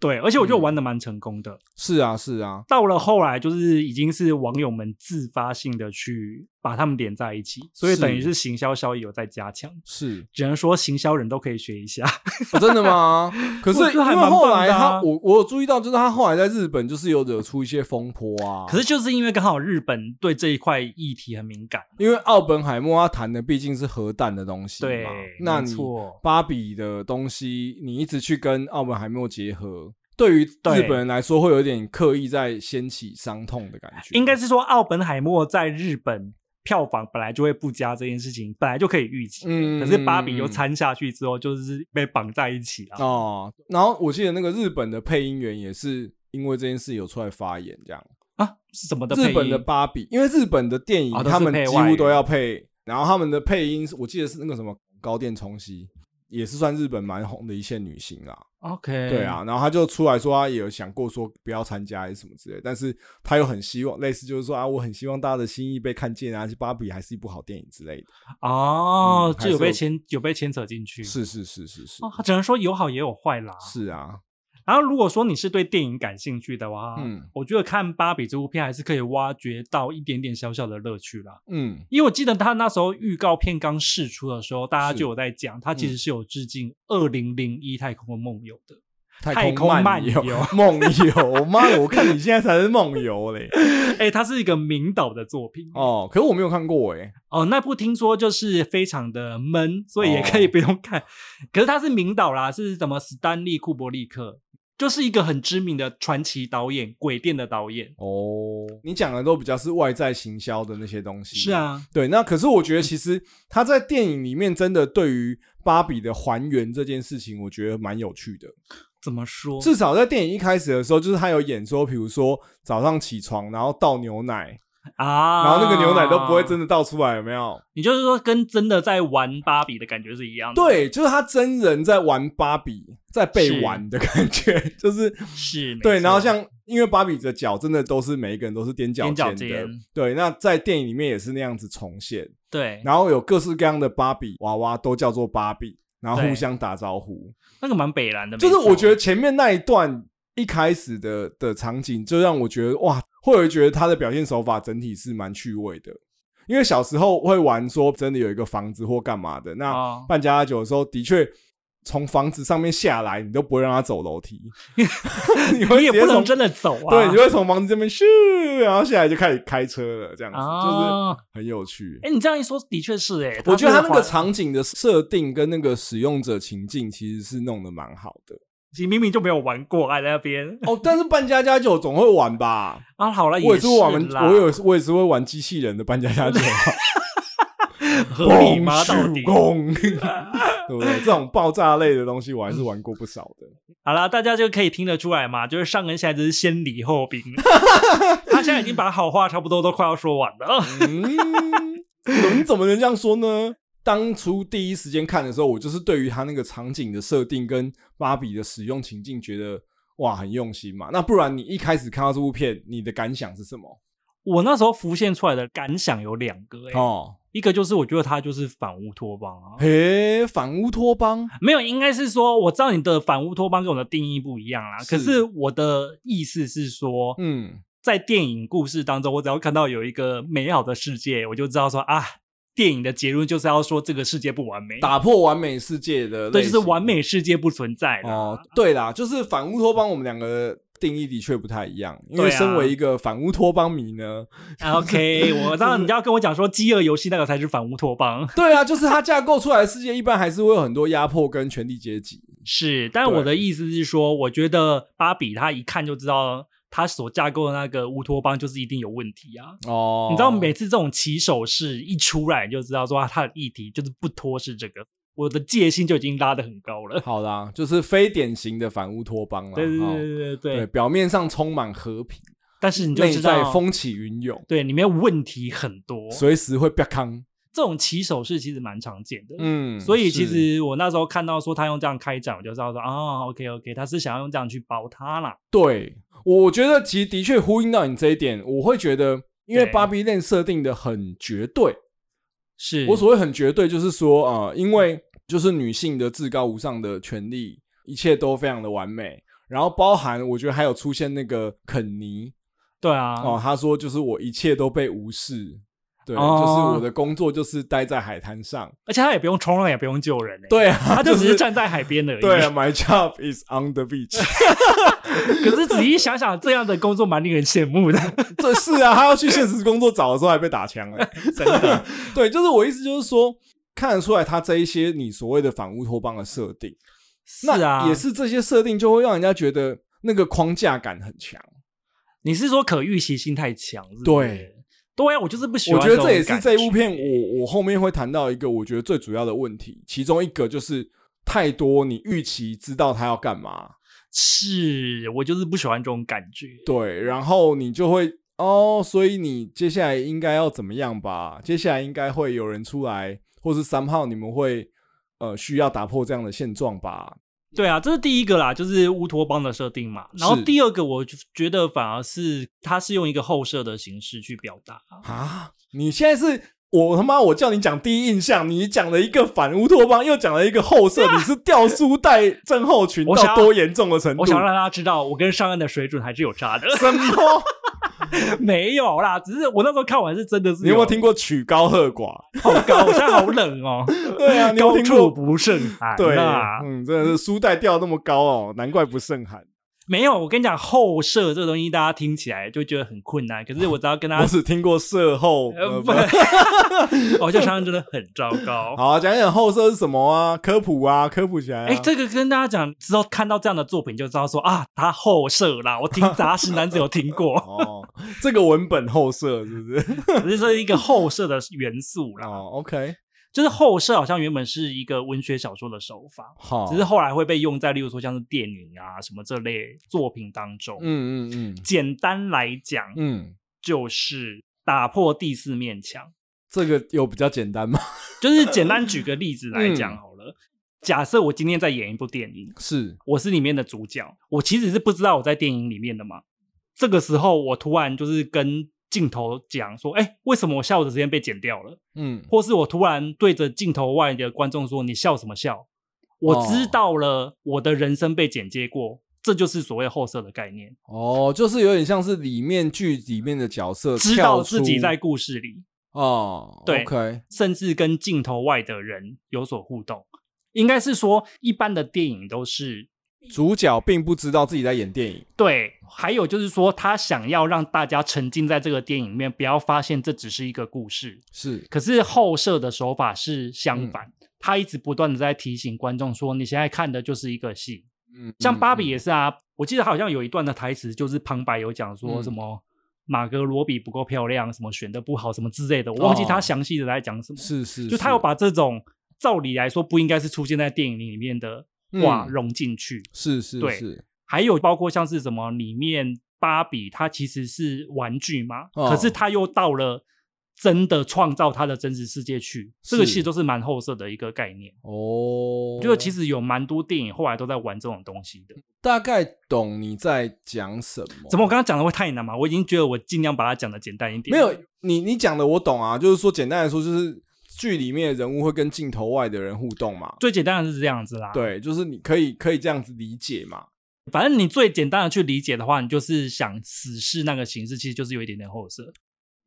对，而且我觉得嗯我玩的蛮成功的。是啊，是啊，到了后来，就是已经是网友们自发性的去把他们连在一起，所以是等于是行销效益有在加强。是、只能说行销人都可以学一下。哦真的 [laughs] 吗？可是我觉因得还为蛮后棒来的啊他，我我有注意到，就是他后来在日本就是有惹出一些风波啊。可是就是因为刚好日本对这一块议题很敏感，因为奥本海默他谈的毕竟是核弹的东西嘛，对，那没你错，芭比的东西，你一直去跟奥本海默结合，对于日本人来说会有点刻意在掀起伤痛的感觉。应该是说奥本海默在日本票房本来就会不佳这件事情，本来就可以预期。嗯，嗯可是芭比又嗯掺下去之后，就是被绑在一起了。哦，然后我记得那个日本的配音员也是因为这件事有出来发言，这样。啊，是什么的配日音？本的芭比，因为日本的电影、哦都是他们配几外乎语都要配，然后他们的配音是我记得是那个什么高电冲希，也是算日本蛮红的一线女星啦。 OK，对啊，然后他就出来说他也有想过说不要参加还是什么之类，但是他又很希望，类似就是说啊，我很希望大家的心意被看见啊，其实芭比还是一部好电影之类的。哦嗯，还就有是有被牵有被牵扯进去。是是是是是哦，只能说有好也有坏啦。是啊，然后如果说你是对电影感兴趣的话，嗯我觉得看《芭比》这部片还是可以挖掘到一点点小小的乐趣啦。嗯因为我记得他那时候预告片刚释出的时候，大家是嗯就有在讲，他其实是有致敬二零零一《太空的梦游》的。太太空空漫漫游游 [laughs] 梦游，妈，我看你现在才是梦游嘞。哎，它是一个明导的作品哦哦，可是我没有看过哎、那部听说就是非常的闷，所以也可以哦不用看。可是他是明导啦，是什么斯丹利库伯利克，就是一个很知名的传奇导演，鬼店的导演。哦，你讲的都比较是外在行销的那些东西。是，啊，对。那可是我觉得，其实他在电影里面真的对于芭比的还原这件事情，我觉得蛮有趣的。怎么说？至少在电影一开始的时候，就是他有演说，比如说早上起床，然后倒牛奶，啊，然后那个牛奶都不会真，的倒出来，有没有？你就是说跟真的在玩芭比的感觉是一样的，，对，就是他真人在玩芭比，在被是玩的感觉，就是是，没对。然后错像因为芭比的脚真的都是每一个人都是踮脚踮脚尖的尖，对。那在电影里面也是那样子重现，对，然后有各式各样的芭比娃娃都叫做芭比，然后互对相打招呼，那个蛮北蓝的，就是我觉得得前面那一段一开始的的场景，就让我觉得哇，会有觉得他的表现手法整体是蛮趣味的。因为小时候会玩说真的有一个房子或干嘛的，那哦办家家酒的时候，的确从房子上面下来，你都不会让他走 [laughs] 楼梯，你会你也直接不从能真的走啊，对，你会从房子这边咻，然后下来就开始开车了，这样子、啊就是很有趣。哎，你这样一说，的确是哎，我觉得它是他那环个场景的设定跟那个使用者情境其实是弄得蛮好的。你明明就没有玩过，还在那边哦，但是扮家家酒总会玩吧？啊，好了，我也是是会玩，啦我也是我也是会玩机器人的扮家家 [laughs] 酒啊，哦合理吗？到底公， [laughs] 咻咣对不对？这种爆炸类的东西我还是玩过不少的。好啦，大家就可以听得出来嘛，就是上恩现在就是先礼后 [laughs] 兵，他现在已经把好话差不多都快要说完了， [laughs] [laughs] 嗯，你怎么能这样说呢？当初第一时间看的时候，我就是对于他那个场景的设定跟芭比的使用情境，觉得哇很用心嘛。那不然你一开始看到这部片，你的感想是什么？我那时候浮现出来的感想有两个、欸，哦，一个就是我觉得他就是反乌托邦啊，嘿，反乌托邦，没有，应该是说我知道你的反乌托邦跟我的定义不一样啦，是可是我的意思是说，嗯，在电影故事当中，我只要看到有一个美好的世界，我就知道说啊，电影的结论就是要说这个世界不完美，打破完美世界的，哦对，就是完。美世界不存在啦。哦，对啦，就是反乌托邦，我们两个定义的确不太一样，因对为啊身为一个反乌托邦迷呢， OK，我 [laughs] 知道你要跟我讲说，饥饿游戏那个才是反乌托邦。对啊，就是它架构出来的世界一般还是会有很多压迫跟权力阶级。是，但对我的意思是说，我觉得芭比她一看就知道，她所架构的那个乌托邦就是一定有问题啊。哦你知道，每次这种起手式一出来，你就知道说啊它的议题就是不脱是这个，我的戒心就已经拉得很高了。好啦，就是非典型的反乌托邦啦。对对哦对对对对，对，表面上充满和平，但是你就内知在道，风起云涌，对里面问题很多，随时会啪康。这种起手式其实蛮常见的。嗯，所以其是实我那时候看到说他用这样开展，我就知道说啊，OK OK，他是想要用这样去包他啦。对，我觉得其实的确呼应到你这一点，我会觉得，因为对芭比 l 设定的很绝对，是我所谓很绝对，就是说啊、呃因为就是女性的至高无上的权利，一切都非常的完美。然后包含，我觉得还有出现那个肯尼对啊，哦、他说就是我一切都被无视，对，哦就是我的工作就是待在海滩上，而且他也不用冲浪，也不用救人、欸，、对啊，他就只是是站在海边而已。对啊，My job is on the beach，可是仔细想想，这样的工作蛮令人羡慕的，这是啊，他要去现实工作找的时候还被打枪了、欸 [laughs] 真的。对，就是我意思就是说，看得出来他这一些你所谓的反乌托邦的设定，是啊， [laughs] 那也。是这些设定就会让人家觉得那个框架感很强。你是说可预期性太强？是不是对，对啊，我就是不喜我欢。觉得这也是这一部片我。我我后面会谈到一个我觉得最主要的问题，其中一个就是太多你预期知道他要干嘛，是我就是不喜欢这种感觉。对，然后你就会。哦，所以你接下来应该要怎么样吧？接下来应该会有人出来，或是三号你们会呃需要打破这样的现状吧？对啊，这是第一个啦，就是乌托邦的设定嘛。然后是第二个，我就觉得反而是它是用一个后设的形式去表达。啊！你现在是我他妈，我叫你讲第一印象，你讲了一个反乌托邦，又讲了一个后设，你是掉书袋症候群我想到要多严重的程度？我想让大家知道，我跟上岸的水准还是有差的。什么？ [laughs] 没有啦，只是我那时候看完是真的是你有没有听过曲高和寡？好高，我现在好冷哦。 [laughs] 对啊，你有高没有听处过？不胜寒对，啊。嗯，真的是书袋掉那么高哦，难怪不胜寒。 [laughs] 没有，我跟你讲，后设这个东西大家听起来就觉得很困难，可是我只要跟大我家。只听过社后，呃呃 [laughs] 不不， [laughs] 我觉得上岸真的很糟糕。好啊，讲讲后设是什么啊？科普啊，科普起来啊。哎、这个跟大家讲，之后看到这样的作品就知道说啊，他后设 [laughs] 啦。我听杂食男子有听过，哦，这个文本后设是 [laughs] 不是？可是这是一个后设的元素啦。哦，OK，就是后设好像原本是一个文学小说的手法，好，只是后来会被用在，例如说像是电影啊什么这类作品当中。嗯嗯嗯简单来讲，嗯，就是打破第四面墙。这个有比较简单吗？就是简单举个例子来嗯讲好了。假设我今天在演一部电影， [laughs] 是我是里面的主角，我其实是不知道我在电影里面的嘛。这个时候，我突然就是跟镜头讲说：“哎、为什么我笑的时间被剪掉了？”嗯，或是我突然对着镜头外的观众说：“你笑什么笑？”我哦知道了，我的人生被剪接过，这就是所谓后设的概念。哦，就是有点像是里面剧里面的角色知跳道出自己在故事里，哦，对，OK，甚至跟镜头外的人有所互动。应该是说，一般的电影都是主角并不知道自己在演电影，对，还有就是说，他想要让大家沉浸在这个电影里面，不要发现这只是一个故事。是可是后设的手法是相反，嗯他一直不断的在提醒观众说，你现在看的就是一个戏。嗯，像芭比嗯也是啊，我记得好像有一段的台词就是旁白有讲说嗯什么。马格罗比不够漂亮，什么选的不好，什么之类的，我忘记他哦详细的在讲什么。是是，就他是要把这种照理来说不应该是出现在电影里面的话嗯融进去。是是对是，还有包括像是什么里面芭比，它其实是玩具嘛，哦可是它又到了真的创造它的真实世界去，这个是其实都是蛮后设的一个概念。哦，就其实有蛮多电影后来都在玩这种东西的。大概懂你在讲什么，怎么我刚刚讲的会太难嘛？我已经觉得我尽量把它讲的简单一点。没有你你讲的我懂啊，就是说简单来说就是剧里面的人物会跟镜头外的人互动嘛，最简单的是这样子啦。，对，就是你可以可以这样子理解嘛，反正你最简单的去理解的话，你就是想死侍那个形式，其实就是有一点点后设。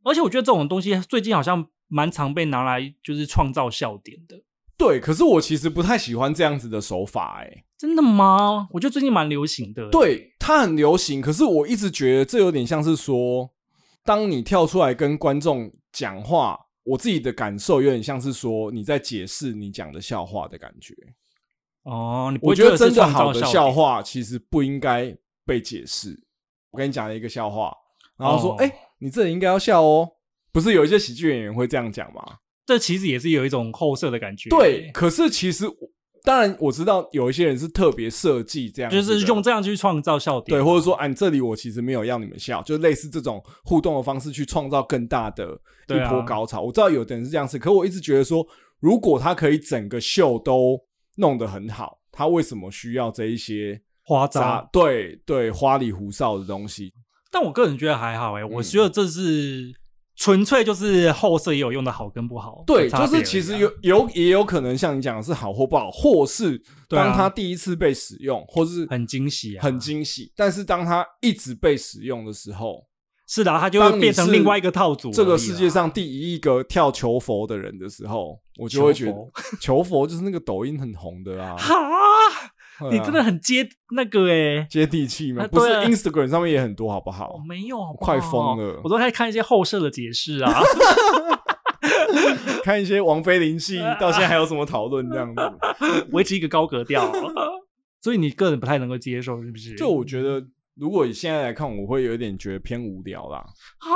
而且我觉得这种东西最近好像蛮常被拿来就是创造笑点的。对，可是我其实不太喜欢这样子的手法、哎，真的吗？我觉得最近蛮流行的。，对，它很流行，可是我一直觉得这有点像是说，当你跳出来跟观众讲话，我自己的感受有点像是说你在解释你讲的笑话的感觉。哦，你不我会觉觉得真的好的的笑话其实不应该被解释。我跟你讲了一个笑话，然后说：“哦哎、你这里应该要笑哦。”不是有一些喜剧演员会这样讲吗？这其实也是有一种后设的感觉。对，，可是其实我当然我知道有一些人是特别设计这样子就的，是用这样去创造笑点。对，或者说，哎、你这里我其实没有要你们笑，就类似这种互动的方式去创造更大的对一啊波高潮。我知道有的人是这样子，可我一直觉得说，如果他可以整个秀都弄得很好，他为什么需要这一些花招杂对对花里胡哨的东西？但我个人觉得还好哎、嗯我觉得这是纯粹就是后设也有用的好跟不好对，的差别就而已啊，是其实有有也有可能像你讲的是好或不好，或是对啊当他第一次被使用，或是很惊喜啊，很惊喜，但是当他一直被使用的时候，是的啊，它就当会你变成是另外一个套组而已啦。啊这个世界上第一亿个跳求佛的人的时候，我就会觉得求求佛就是那个抖音很红的啊，哈，对啊你真的很接那个哎、接地气吗？啊不是对啊 Instagram 上面也很多，好不我好？哦没有好不好，快疯了我都在看一些后设的解释啊。看一些王菲灵系，啊到现在还有什么讨论这样 [laughs] 子？维持一个高格调。啊 [laughs] 所以你个人不太能够接受，是不是？就我觉得，如果以现在来看，我会有点觉得偏无聊啦。好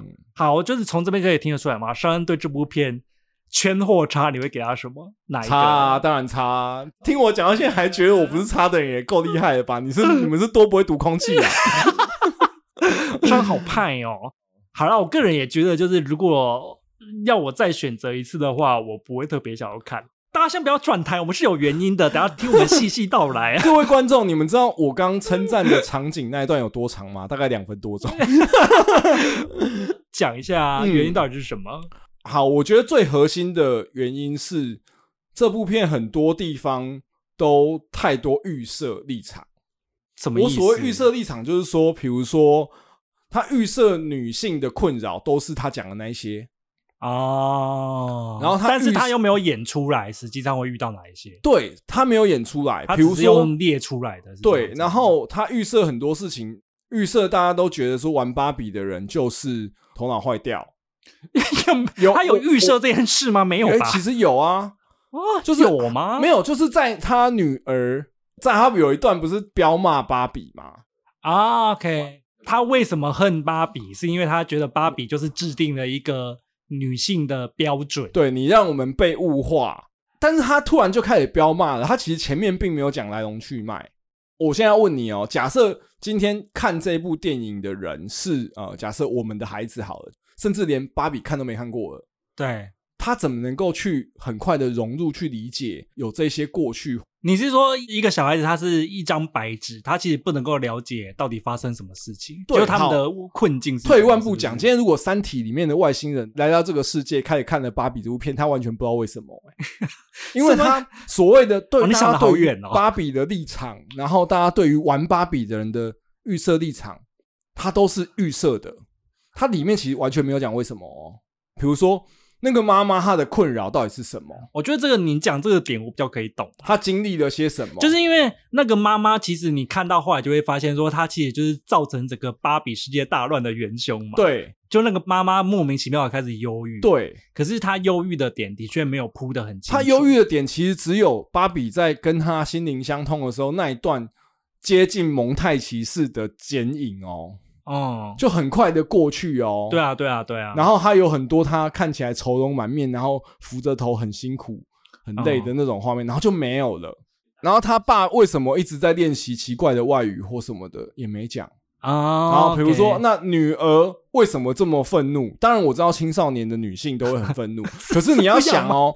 嗯好，就是从这边可以听得出来嘛。尚恩对这部片圈或差，你会给他什么？哪一个？差啊，当然差啊。听我讲到现在，还觉得我不是差的人也够厉害了吧？你是你们是多不会读空气啊？ [laughs] 尚恩好派哦。好了，我个人也觉得，就是如果要我再选择一次的话，我不会特别想要看。大家先不要转台，我们是有原因的，等下听我们细细道来 [laughs] 。各位观众，你们知道我刚称赞的场景那一段有多长吗？大概两分多钟。讲一下嗯原因到底是什么。好，我觉得最核心的原因是这部片很多地方都太多预设立场。什么意我思？所谓预设立场，就是说，比如说他预设女性的困扰都是他讲的那一些，哦，然后他但是预他设又没有演出来，实际上会遇到哪一些？对他没有演出来。他比只如是说用，列出来的，是这对样，子然后他预设很多事情，预设大家都觉得说玩芭比的人就是头脑坏掉。有 [laughs] [laughs] 有他有我预设这件事吗？没有哎吧？其实有啊，哦，就是有吗？没有，就是在他女儿，在他有一段不是彪骂芭比吗？啊，OK。他为什么恨芭比？是因为他觉得芭比就是制定了一个女性的标准。对你让我们被物化，但是他突然就开始彪骂了。他其实前面并没有讲来龙去脉。我现在问你哦，假设今天看这部电影的人是呃，假设我们的孩子好了，甚至连芭比看都没看过了，对，他怎么能够去很快的融入去理解有这些过去？你是说一个小孩子，他是一张白纸，他其实不能够了解到底发生什么事情，对就是他们好的困境是什么。退一万步是讲，不是今天如果《三体》里面的外星人来到这个世界，开始看了芭比这部片，他完全不知道为什么、 [laughs] 欸因为他所谓的对哦你想得大家好对于远哦芭比的立场，然后大家对于玩芭比的人的预设立场，它都是预设的。它里面其实完全没有讲为什么哦，比如说那个妈妈她的困扰到底是什么，我觉得这个你讲这个点，我比较可以懂。她经历了些什么，就是因为那个妈妈，其实你看到后来就会发现，说她其实就是造成整个芭比世界大乱的元凶嘛。，对就那个妈妈莫名其妙的开始忧郁。，对，可是她忧郁的点的确没有铺的很清楚。他忧郁的点其实只有芭比在跟他心灵相通的时候那一段接近蒙太奇式的剪影哦，哦、就很快的过去哦。对啊，对啊，对啊。然后他有很多他看起来愁容满面，然后扶着头很辛苦、很累嗯的那种画面，然后就没有了。然后他爸为什么一直在练习奇怪的外语或什么的也没讲。啊，然后比如说， OK 那女儿为什么这么愤怒？当然我知道青少年的女性都会很愤怒，可是你要想哦，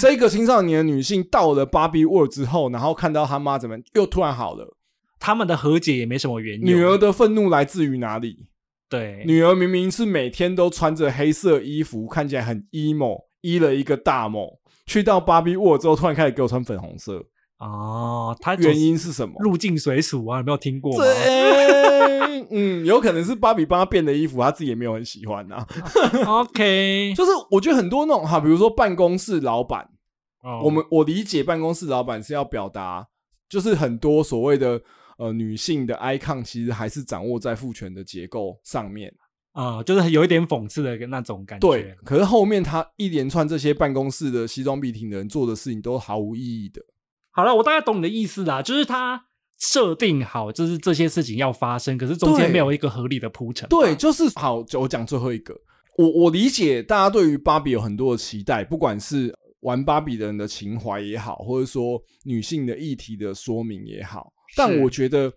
这个青少年的女性到了芭比 world 之后，然后看到她妈怎么又突然好了，他们的和解也没什么原因。女儿的愤怒来自于哪里？对，女儿明明是每天都穿着黑色衣服，看起来很 emo，依了一个大某。去到芭比 world 之后，突然开始给我穿粉红色，哦，她原因是什么？入境随俗啊，有没有听过 [laughs] 吗？这嗯，有可能是芭比帮她变的衣服，她自己也没有很喜欢啊。 OK， [laughs] 就是我觉得很多那种哈，比如说办公室老板，哦我们我理解办公室老板是要表达，就是很多所谓的呃女性的 icon，其实还是掌握在父权的结构上面。啊、就是有一点讽刺的那种感觉。对，可是后面他一连串这些办公室的西装笔挺的人做的事情都毫无意义的。好了，我大概懂你的意思啦，就是他设定好，就是这些事情要发生，可是中间对没有一个合理的铺陈。对，就是好，就我讲最后一个。我我理解大家对于芭比有很多的期待，不管是玩芭比的人的情怀也好，或者说女性的议题的说明也好，但是我觉得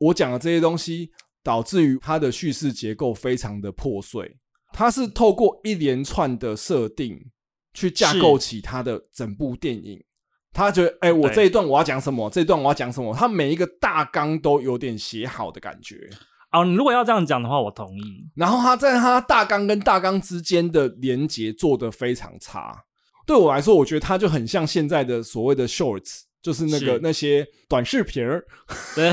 我讲的这些东西，导致于它的叙事结构非常的破碎，它是透过一连串的设定去架是构起它的整部电影。他觉得，哎、我对这一段我要讲什么，这一段我要讲什么，他每一个大纲都有点写好的感觉。哦，你如果要这样讲的话，我同意。然后他在他大纲跟大纲之间的连接做得非常差。对我来说，我觉得他就很像现在的所谓的 shorts，就是那个是那些短视频 [laughs] 儿，对，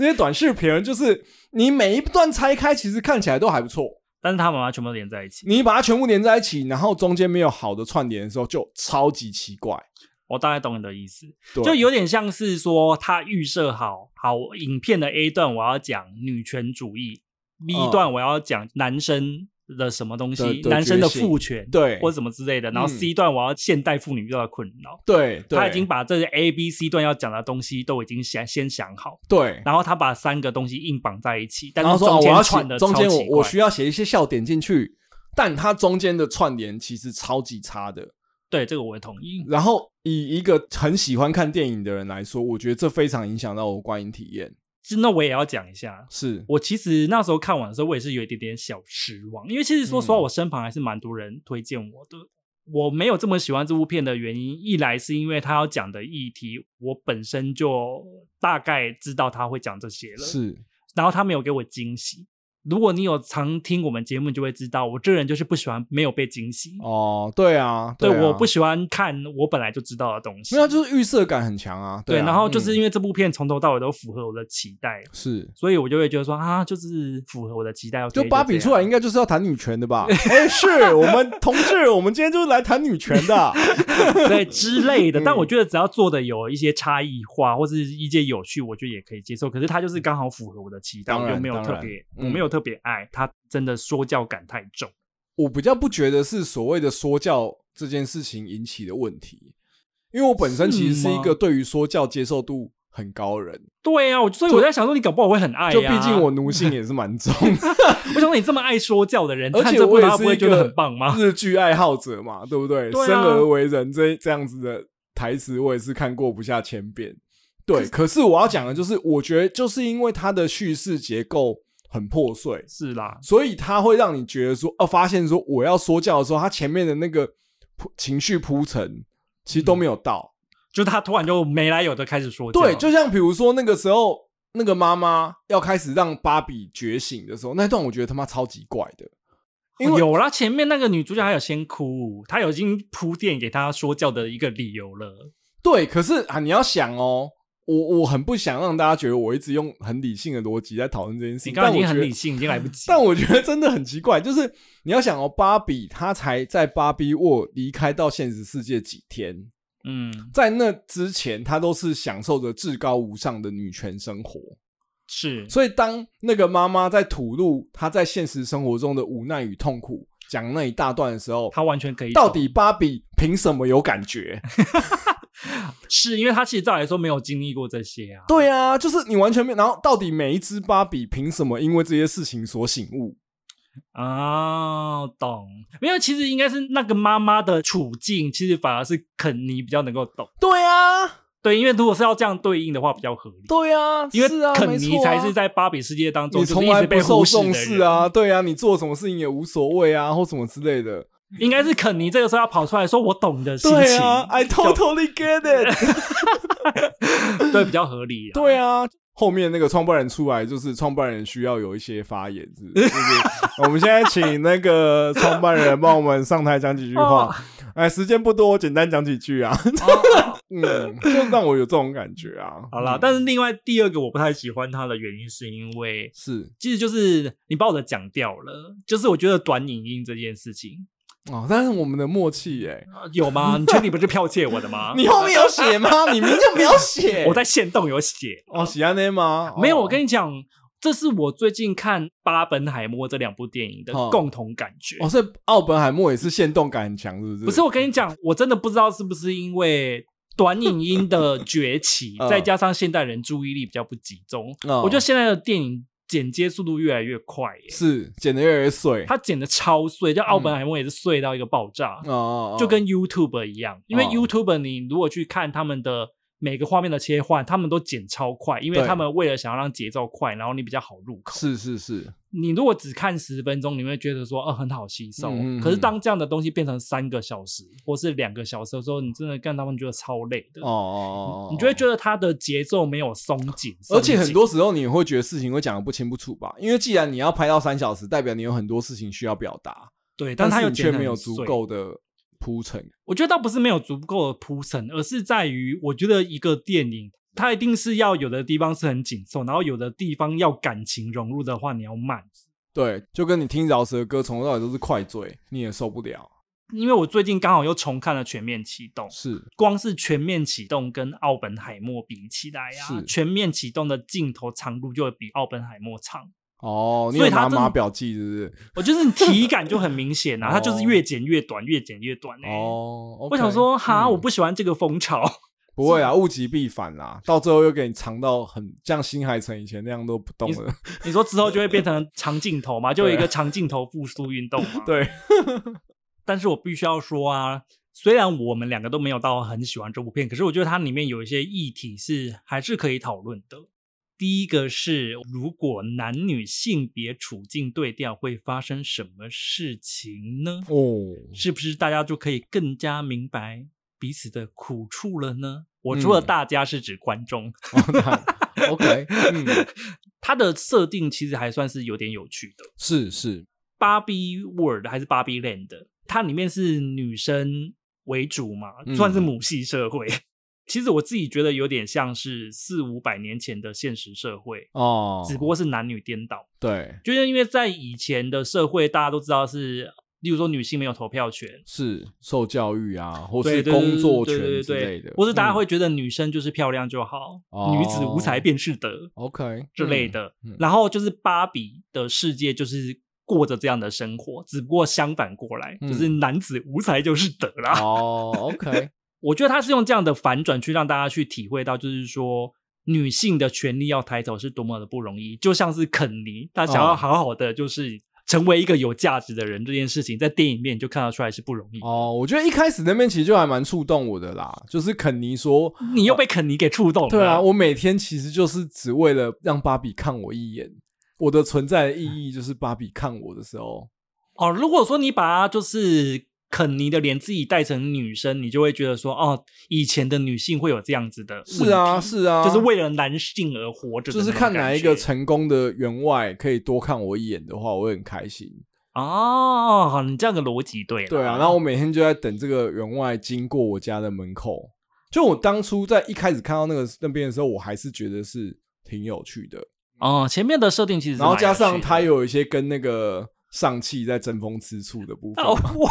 那些短视频儿就是你每一段拆开，其实看起来都还不错。但是他们把它全部连在一起，你把它全部连在一起，然后中间没有好的串联的时候，就超级奇怪。我大概懂你的意思，对，就有点像是说他预设好，好影片的 A 段我要讲女权主义，B 嗯段我要讲男生的什么东西，的的男生的觉醒父权，对或什么之类的，然后嗯 C 段我要现代妇女遇到的困扰。对，对他已经把这些 A、B、C 段要讲的东西都已经想先想好，对。然后他把三个东西硬绑在一起，但然后是说、中哦我要间写串的中间我我需要要写一些笑点进去，但它中间的串联其实超级差的。对这个我会同意，然后以一个很喜欢看电影的人来说，我觉得这非常影响到我观影体验。是那我也要讲一下。是，我其实那时候看完的时候，我也是有一点点小失望，因为其实说实话，嗯我身旁还是蛮多人推荐我的。我没有这么喜欢这部片的原因，一来是因为他要讲的议题，我本身就大概知道他会讲这些了，是，然后他没有给我惊喜。如果你有常听我们节目，你就会知道我这人就是不喜欢没有被惊喜。哦，对啊，对啊我不喜欢看我本来就知道的东西。没有，啊就是预设感很强啊。对啊然后就是嗯因为这部片从头到尾都符合我的期待，是，所以我就会觉得说啊，就是符合我的期待。就 OK，芭比这样出来应该就是要谈女权 [laughs] 的吧？哎，是我们同志，我们今天就是来谈女权的。啊 [laughs] 对之类的，嗯但我觉得只要做的有一些差异化或是一些有趣，我觉得也可以接受。可是它就是刚好符合我的期待，当我然就没有当特然别，嗯我没有特别爱它，真的说教感太重。我比较不觉得是所谓的说教这件事情引起的问题，因为我本身其实是是一吗个对于说教接受度很高的人，对啊，我所以我在想说，你搞不好会很哎爱、呀。啊就毕竟我奴性也是蛮重的。我想说你这么爱说教的人，而看且这部我也大家是不会一觉得个嗯很棒吗？ [laughs] 日剧爱好者嘛，对不对？对啊生而为人这这样子的台词，我也是看过不下千遍。对，可是我要讲的就是，我觉得就是因为它的叙事结构很破碎，是啦，所以它会让你觉得说，哦，发现说我要说教的时候，它前面的那个铺情绪铺陈其实都没有到。就是他突然就没来由的开始说教，对，就像比如说那个时候，那个妈妈要开始让芭比觉醒的时候，那段我觉得他妈超级怪的。因为有啦，前面那个女主角还有先哭，她有已经铺垫给她说教的一个理由了。对，可是啊，你要想哦，我我很不想让大家觉得我一直用很理性的逻辑在讨论这件事你情，刚刚但已经我觉很理得，性，已经来不及。但我觉得真的很奇怪，就是你要想哦，芭比她才在芭比沃离开到现实世界几天，嗯，在那之前，她都是享受着至高无上的女权生活，嗯是所以当那个妈妈在吐露她在现实生活中的无奈与痛苦，讲那一大段的时候，她完全可以懂。到底芭比凭什么有感觉？是因为她其实照来说没有经历过这些啊。对啊，就是你完全没有。然后到底每一只芭比凭什么因为这些事情所醒悟？啊，懂。没有，其实应该是那个妈妈的处境，其实反而是肯尼比较能够懂。对啊，对，因为如果是要这样对应的话，比较合理。对啊，因为是啊，肯没尼错啊才是。在芭比世界当中你就是从一来直不被受忽视重的视人，啊，对啊，你做什么事情也无所谓啊，或什么之类的。应该是肯尼这个时候要跑出来说“我懂”的心对情，啊，I totally get it 。 [laughs] 对比较合理、啊。对啊，后面那个创办人出来，就是创办人需要有一些发言，是 [laughs] 不是就是我们现在请那个创办人帮我们上台讲几句话哦。哎，时间不多，我简单讲 [laughs] 几句啊。哦嗯，就让我有这种感觉啊。好啦，嗯但是另外第二个我不太喜欢它的原因，是因为是其实就是你把我的讲掉了，就是我觉得短影音这件事情，哦，但是我们的默契耶、呃有吗？你确定不是剽窃我的吗？啊 [laughs] 你后面有写吗？你明明就没有啊写。[laughs] 我在线动有写，哦，喜安内吗？没有。哦我跟你讲，这是我最近看《巴本海默》这两部电影的哦共同感觉。哦，所以奥本海默也是限动感很强，是不是？，不是，我跟你讲，我真的不知道是不是因为短影音的崛起 [laughs] 嗯再加上现代人注意力比较不集中，哦我觉得现在的电影剪接速度越来越快耶，是剪的越来越碎。它剪的超碎，就奥本海默也是碎到一个爆炸，哦哦，哦就跟 YouTube 一样，因为哦 YouTube 你如果去看他们的。每个画面的切换，他们都剪超快，因为对他们为了想要让节奏快，然后你比较好入口。是是是，你如果只看十分钟，你会觉得说，呃，很好吸收。嗯嗯嗯可是当这样的东西变成三个小时或是两个小时的时候，你真的干他们觉得超累的。哦哦哦，你就会得。觉得它的节奏没有松紧，而且很松紧多时候你会觉得事情会讲的不清不楚吧，因为既然你要拍到三小时，代表你有很多事情需要表达，对，但但它是又你剪却得没有很足碎。够的铺陈。我觉得倒不是没有足够的铺陈，而是在于我觉得一个电影。它一定是要有的地方是很紧凑，然后有的地方要感情融入的话，你要慢。对，就跟你听饶舌歌从头到尾都是快嘴，你也受不了。因为我最近刚好又重看了《全面启动》，是，光是全面启动跟奥本海默比起来啊是，全面启动的镜头长度就会比奥本海默长。哦，你所有以他拿真码表记是我就是体感就很明显啊，哦它就是越剪越短，越剪越短不欸是？哦，OK，我想说，哈，嗯我不喜欢这个风潮。不会啊，物极必反啦，到最后又给你藏到很像新海诚以前那样都不动 [laughs] 了。你说之后就会变成长镜头嘛，就有一对个长镜头复苏运动嘛。对， [laughs] 但是我必须要说啊，虽然我们两个都没有到很喜欢这部片，可是我觉得它里面有一些议题是还是可以讨论的。第一个是，如果男女性别处境对调，会发生什么事情呢？哦，是不是大家就可以更加明白彼此的苦处了呢？我说的嗯大家是指观众，哦 [laughs] 那 OK，嗯，它的设定其实还算是有点有趣的。是是，芭比 World 还是芭比 Land，它里面是女生为主嘛，嗯算是母系社会。 [laughs] 其实我自己觉得有点像是四五百年前的现实社会，哦，只不过是男女颠倒。对，就是因为在以前的社会，大家都知道是，例如说女性没有投票权，是受教育啊，或对是对工作对对权之对对类的，或是大家嗯会觉得女生就是漂亮就好，哦女子无才便是德 OK 之类嗯的。嗯然后就是芭比的世界就是过着这样的生活，只不过相反过来，嗯就是男子无才就是德啦。 [laughs] 哦，OK，我觉得他是用这样的反转去让大家去体会到，就是说。女性的权利要抬头是多么的不容易，就像是肯尼，他想哦要好好的就是成为一个有价值的人这件事情，在电影里面你就看得出来是不容易。哦，我觉得一开始那边其实就还蛮触动我的啦，就是肯尼说，你又被肯尼给触动了，哦对啊，我每天其实就是只为了让芭比看我一眼，我的存在的意义就是芭比看我的时候，哦，如果说你把它就是肯尼的脸自己带成女生，你就会觉得说，哦，以前的女性会有这样子的问题， [laughs] 是啊，是啊，就是为了男性而活着的就那是种感觉，看哪一个成功的员外可以多看我一眼的话，我会很开心。哦，好，你这样的逻辑对了，对啊，然后我每天就在等这个员外经过我家的门口。就我当初在一开始看到那个那边的时候，我还是觉得是挺有趣的。哦，前面的设定其实是然后蛮加有上趣的他。有一些跟那个上汽在争风吃醋的部分哦，嘛。我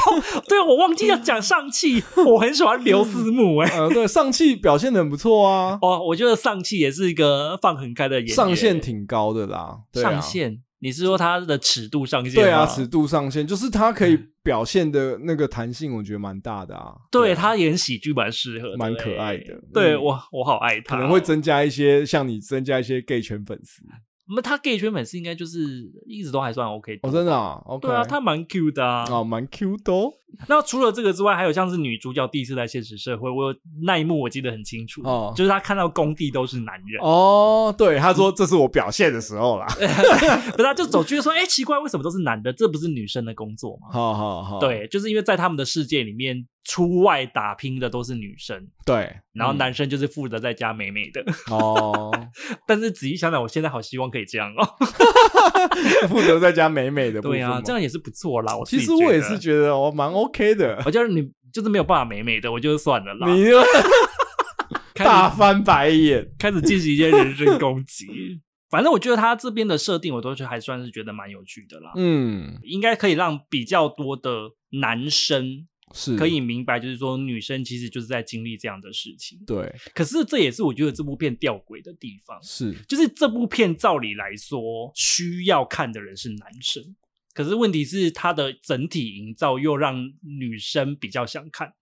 对我忘记要讲上汽，我很喜欢刘思慕哎、呃，对，上汽表现的很不错啊，哦，我觉得上汽也是一个放很开的演员，上限挺高的啦。对啊上限，你是说他的尺度上限吗？对啊，尺度上限就是他可嗯以表现的那个弹性，我觉得蛮大的啊。对啊，他演喜剧蛮适合的欸，蛮可爱的对嗯我，我好爱他可哦。能会增加一些像你增加一些 gay 圈粉丝那他 gay 圈粉丝应该就是一直都还算 OK 的哦，真的啊，OK，对啊，他蛮 Q 的啊。哦蛮 Q 的哦。那除了这个之外，还有像是女主角第一次在现实社会，我有那一幕我记得很清楚，哦就是她看到工地都是男人， [laughs] 哦，对，他说这是我表现的时候啦。可是她就走去说：“哎、奇怪，为什么都是男的？这不是女生的工作吗？”好好好，对，就是因为在他们的世界里面，出外打拼的都是女生，对，然后嗯男生就是负责在家美美的。 [laughs] 哦， [laughs] 但是仔细想想，我现在好希望可以这样哦。负责在家美美的部分对嘛。啊，这样也是不错啦。我自其己实我也是得哦觉得我蛮 OK 的。我就是你就是没有办法美美的，我就算了啦。 [laughs] 你又开大始翻 [laughs] 白眼，开始进行一些人身攻 [laughs] 击。反正我觉得他这边的设定，我都是还算是觉得蛮有趣的啦，嗯，应该可以让比较多的男生是可以明白，就是说女生其实就是在经历这样的事情。对可是这也是我觉得这部片吊诡的地方，是就是这部片照理来说需要看的人是男生，可是问题是它的整体营造又让女生比较想看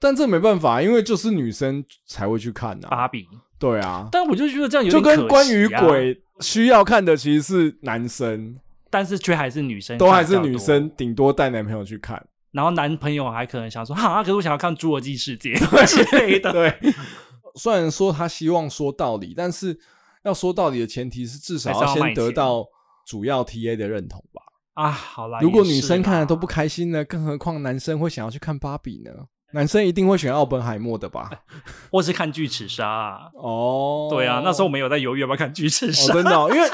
但这没办法，因为就是女生才会去看呐、啊。芭比，对啊，但我就觉得这样有就点可惜啊、啊跟关于鬼需要看的其实是男生，但是却还是女生，都还是女。生，顶多带男朋友去看。然后男朋友还可能想说，哈，啊可是我想要看《侏罗纪世界》 [laughs] 之类的。对，虽然说他希望说道理，但是要说道理的前提是至少还是要卖钱先得到主要 TA 的认同吧。啊，好啦，如果也是女生看了啦都不开心呢，更何况男生会想要去看芭比呢？男生一定会选奥本海默 [laughs] 的吧？或是看《巨齿鲨》啊。哦，对啊，那时候我们有在犹豫要不要看《巨齿鲨哦，》真的 [laughs] 哦、因为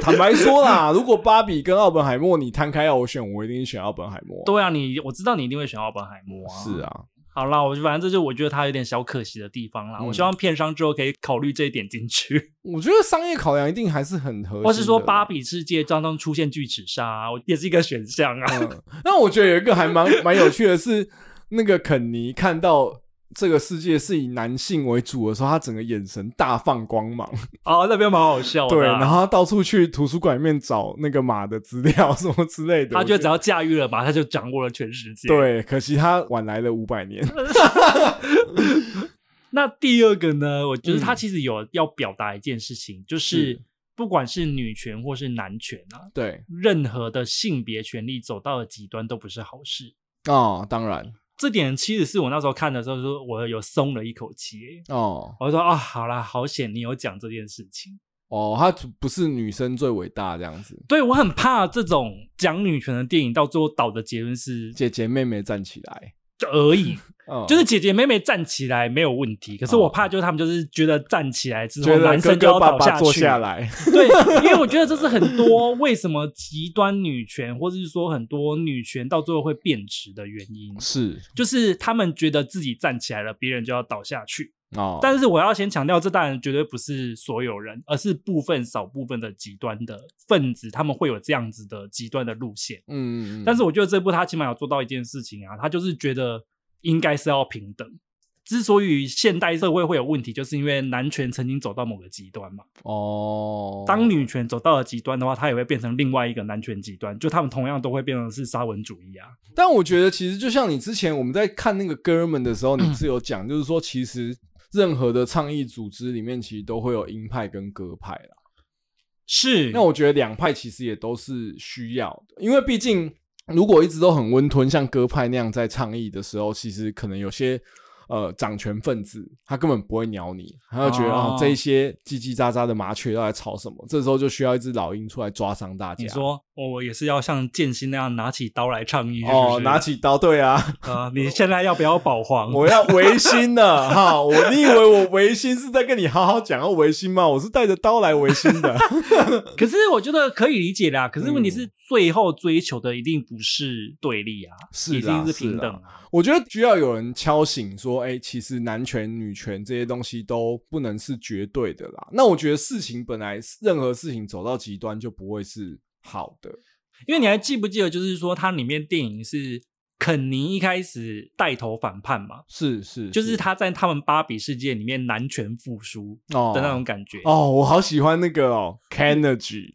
坦白说啦，如果芭比跟奥本海默你摊开要我选，我一定选奥本海默。对啊，你我知道你一定会选奥本海默啊。是，啊，好啦，我就反正这就我觉得它有点小可惜的地方啦。嗯我希望片商之后可以考虑这一点进去，我觉得商业考量一定还是很合，或是说芭。比世界当中出现巨齿鲨、啊，我也是一个选项啊。嗯，那我觉得有一个还蛮蛮有趣的是，那个肯尼看到这个世界是以男性为主的时候，他整个眼神大放光芒。哦，那边蛮 [laughs] 好笑的啊。对，然后他到处去图书馆里面找那个马的资料什么之类的。 [laughs] 他我觉觉得只要驾驭了马，他就掌握了全世界。，对，可惜他晚来了五百年。那第二个呢，我觉得他嗯其实有要表达一件事情，就是是不管是女权或是男权啊，对任何的性别权利走到了极端都不是好事。哦，当然这点其实是我那时候看的时候，说我有松了一口气耶、哦我就说啊、好啦，好险你有讲这件事情。哦，他不是女生最伟大这样子，对我很怕这种讲女权的电影到最后导的结论是姐姐妹妹站起来。而已，[laughs] 嗯，就是姐姐妹妹站起来没有问题，可是我怕就是他们就是觉得站起来之哦觉后，得男哥生就要哥爸倒爸坐去。下来，对，因为我觉得这是很多为什么极端女权，或者是说很多女权到最后会变质的原因，是就是他们觉得自己站起来了，别人就要倒下去。哦，但是我要先强调，这当然绝对不是所有人，而是部分少部分的极端的分子，他们会有这样子的极端的路线。嗯，嗯嗯但是我觉得这部他起码有做到一件事情啊，他就是觉得应该是要平等。之所以现代社会会有问题，就是因为男权曾经走到某个极端嘛。哦，当女权走到了极端的话，它也会变成另外一个男权极端，就他们同样都会变成是沙文主义啊。但我觉得，其实就像你之前我们在看那个哥们的时候，嗯你是有讲，就是说，其实任何的倡议组织里面，其实都会有鹰派跟鸽派啦。是，那我觉得两派其实也都是需要的，因为毕竟如果一直都很温吞，像鸽派那样在倡议的时候，其实可能有些。呃，掌权分子他根本不会鸟你，他就觉得哦啊、这一些叽叽喳喳的麻雀到底吵什么？这时候就需要一只老鹰出来抓伤大家。哦你说哦我也是要像剑心那样拿起刀来倡议，是不是哦，拿起刀，对啊，啊！你现在要不要保皇？ [laughs] 我要维新了哈！我你以为我维新是在跟你好好讲要维新吗？我是带着刀来维新的。可是我觉得可以理解啦。可是问题嗯是，最后追求的一定不是对立啊，是啦一定是平等啊。我觉得需要有人敲醒说，哎、其实男权、女权这些东西都不能是绝对的啦。那我觉得事情本来任何事情走到极端就不会是好的。因为你还记不记得，就是说它里面电影是肯尼一开始带头反叛嘛，是是，就是他在他们芭比世界里面男权复苏哦的那种感觉。哦，我好喜欢那个哦 c a n e r [laughs] g y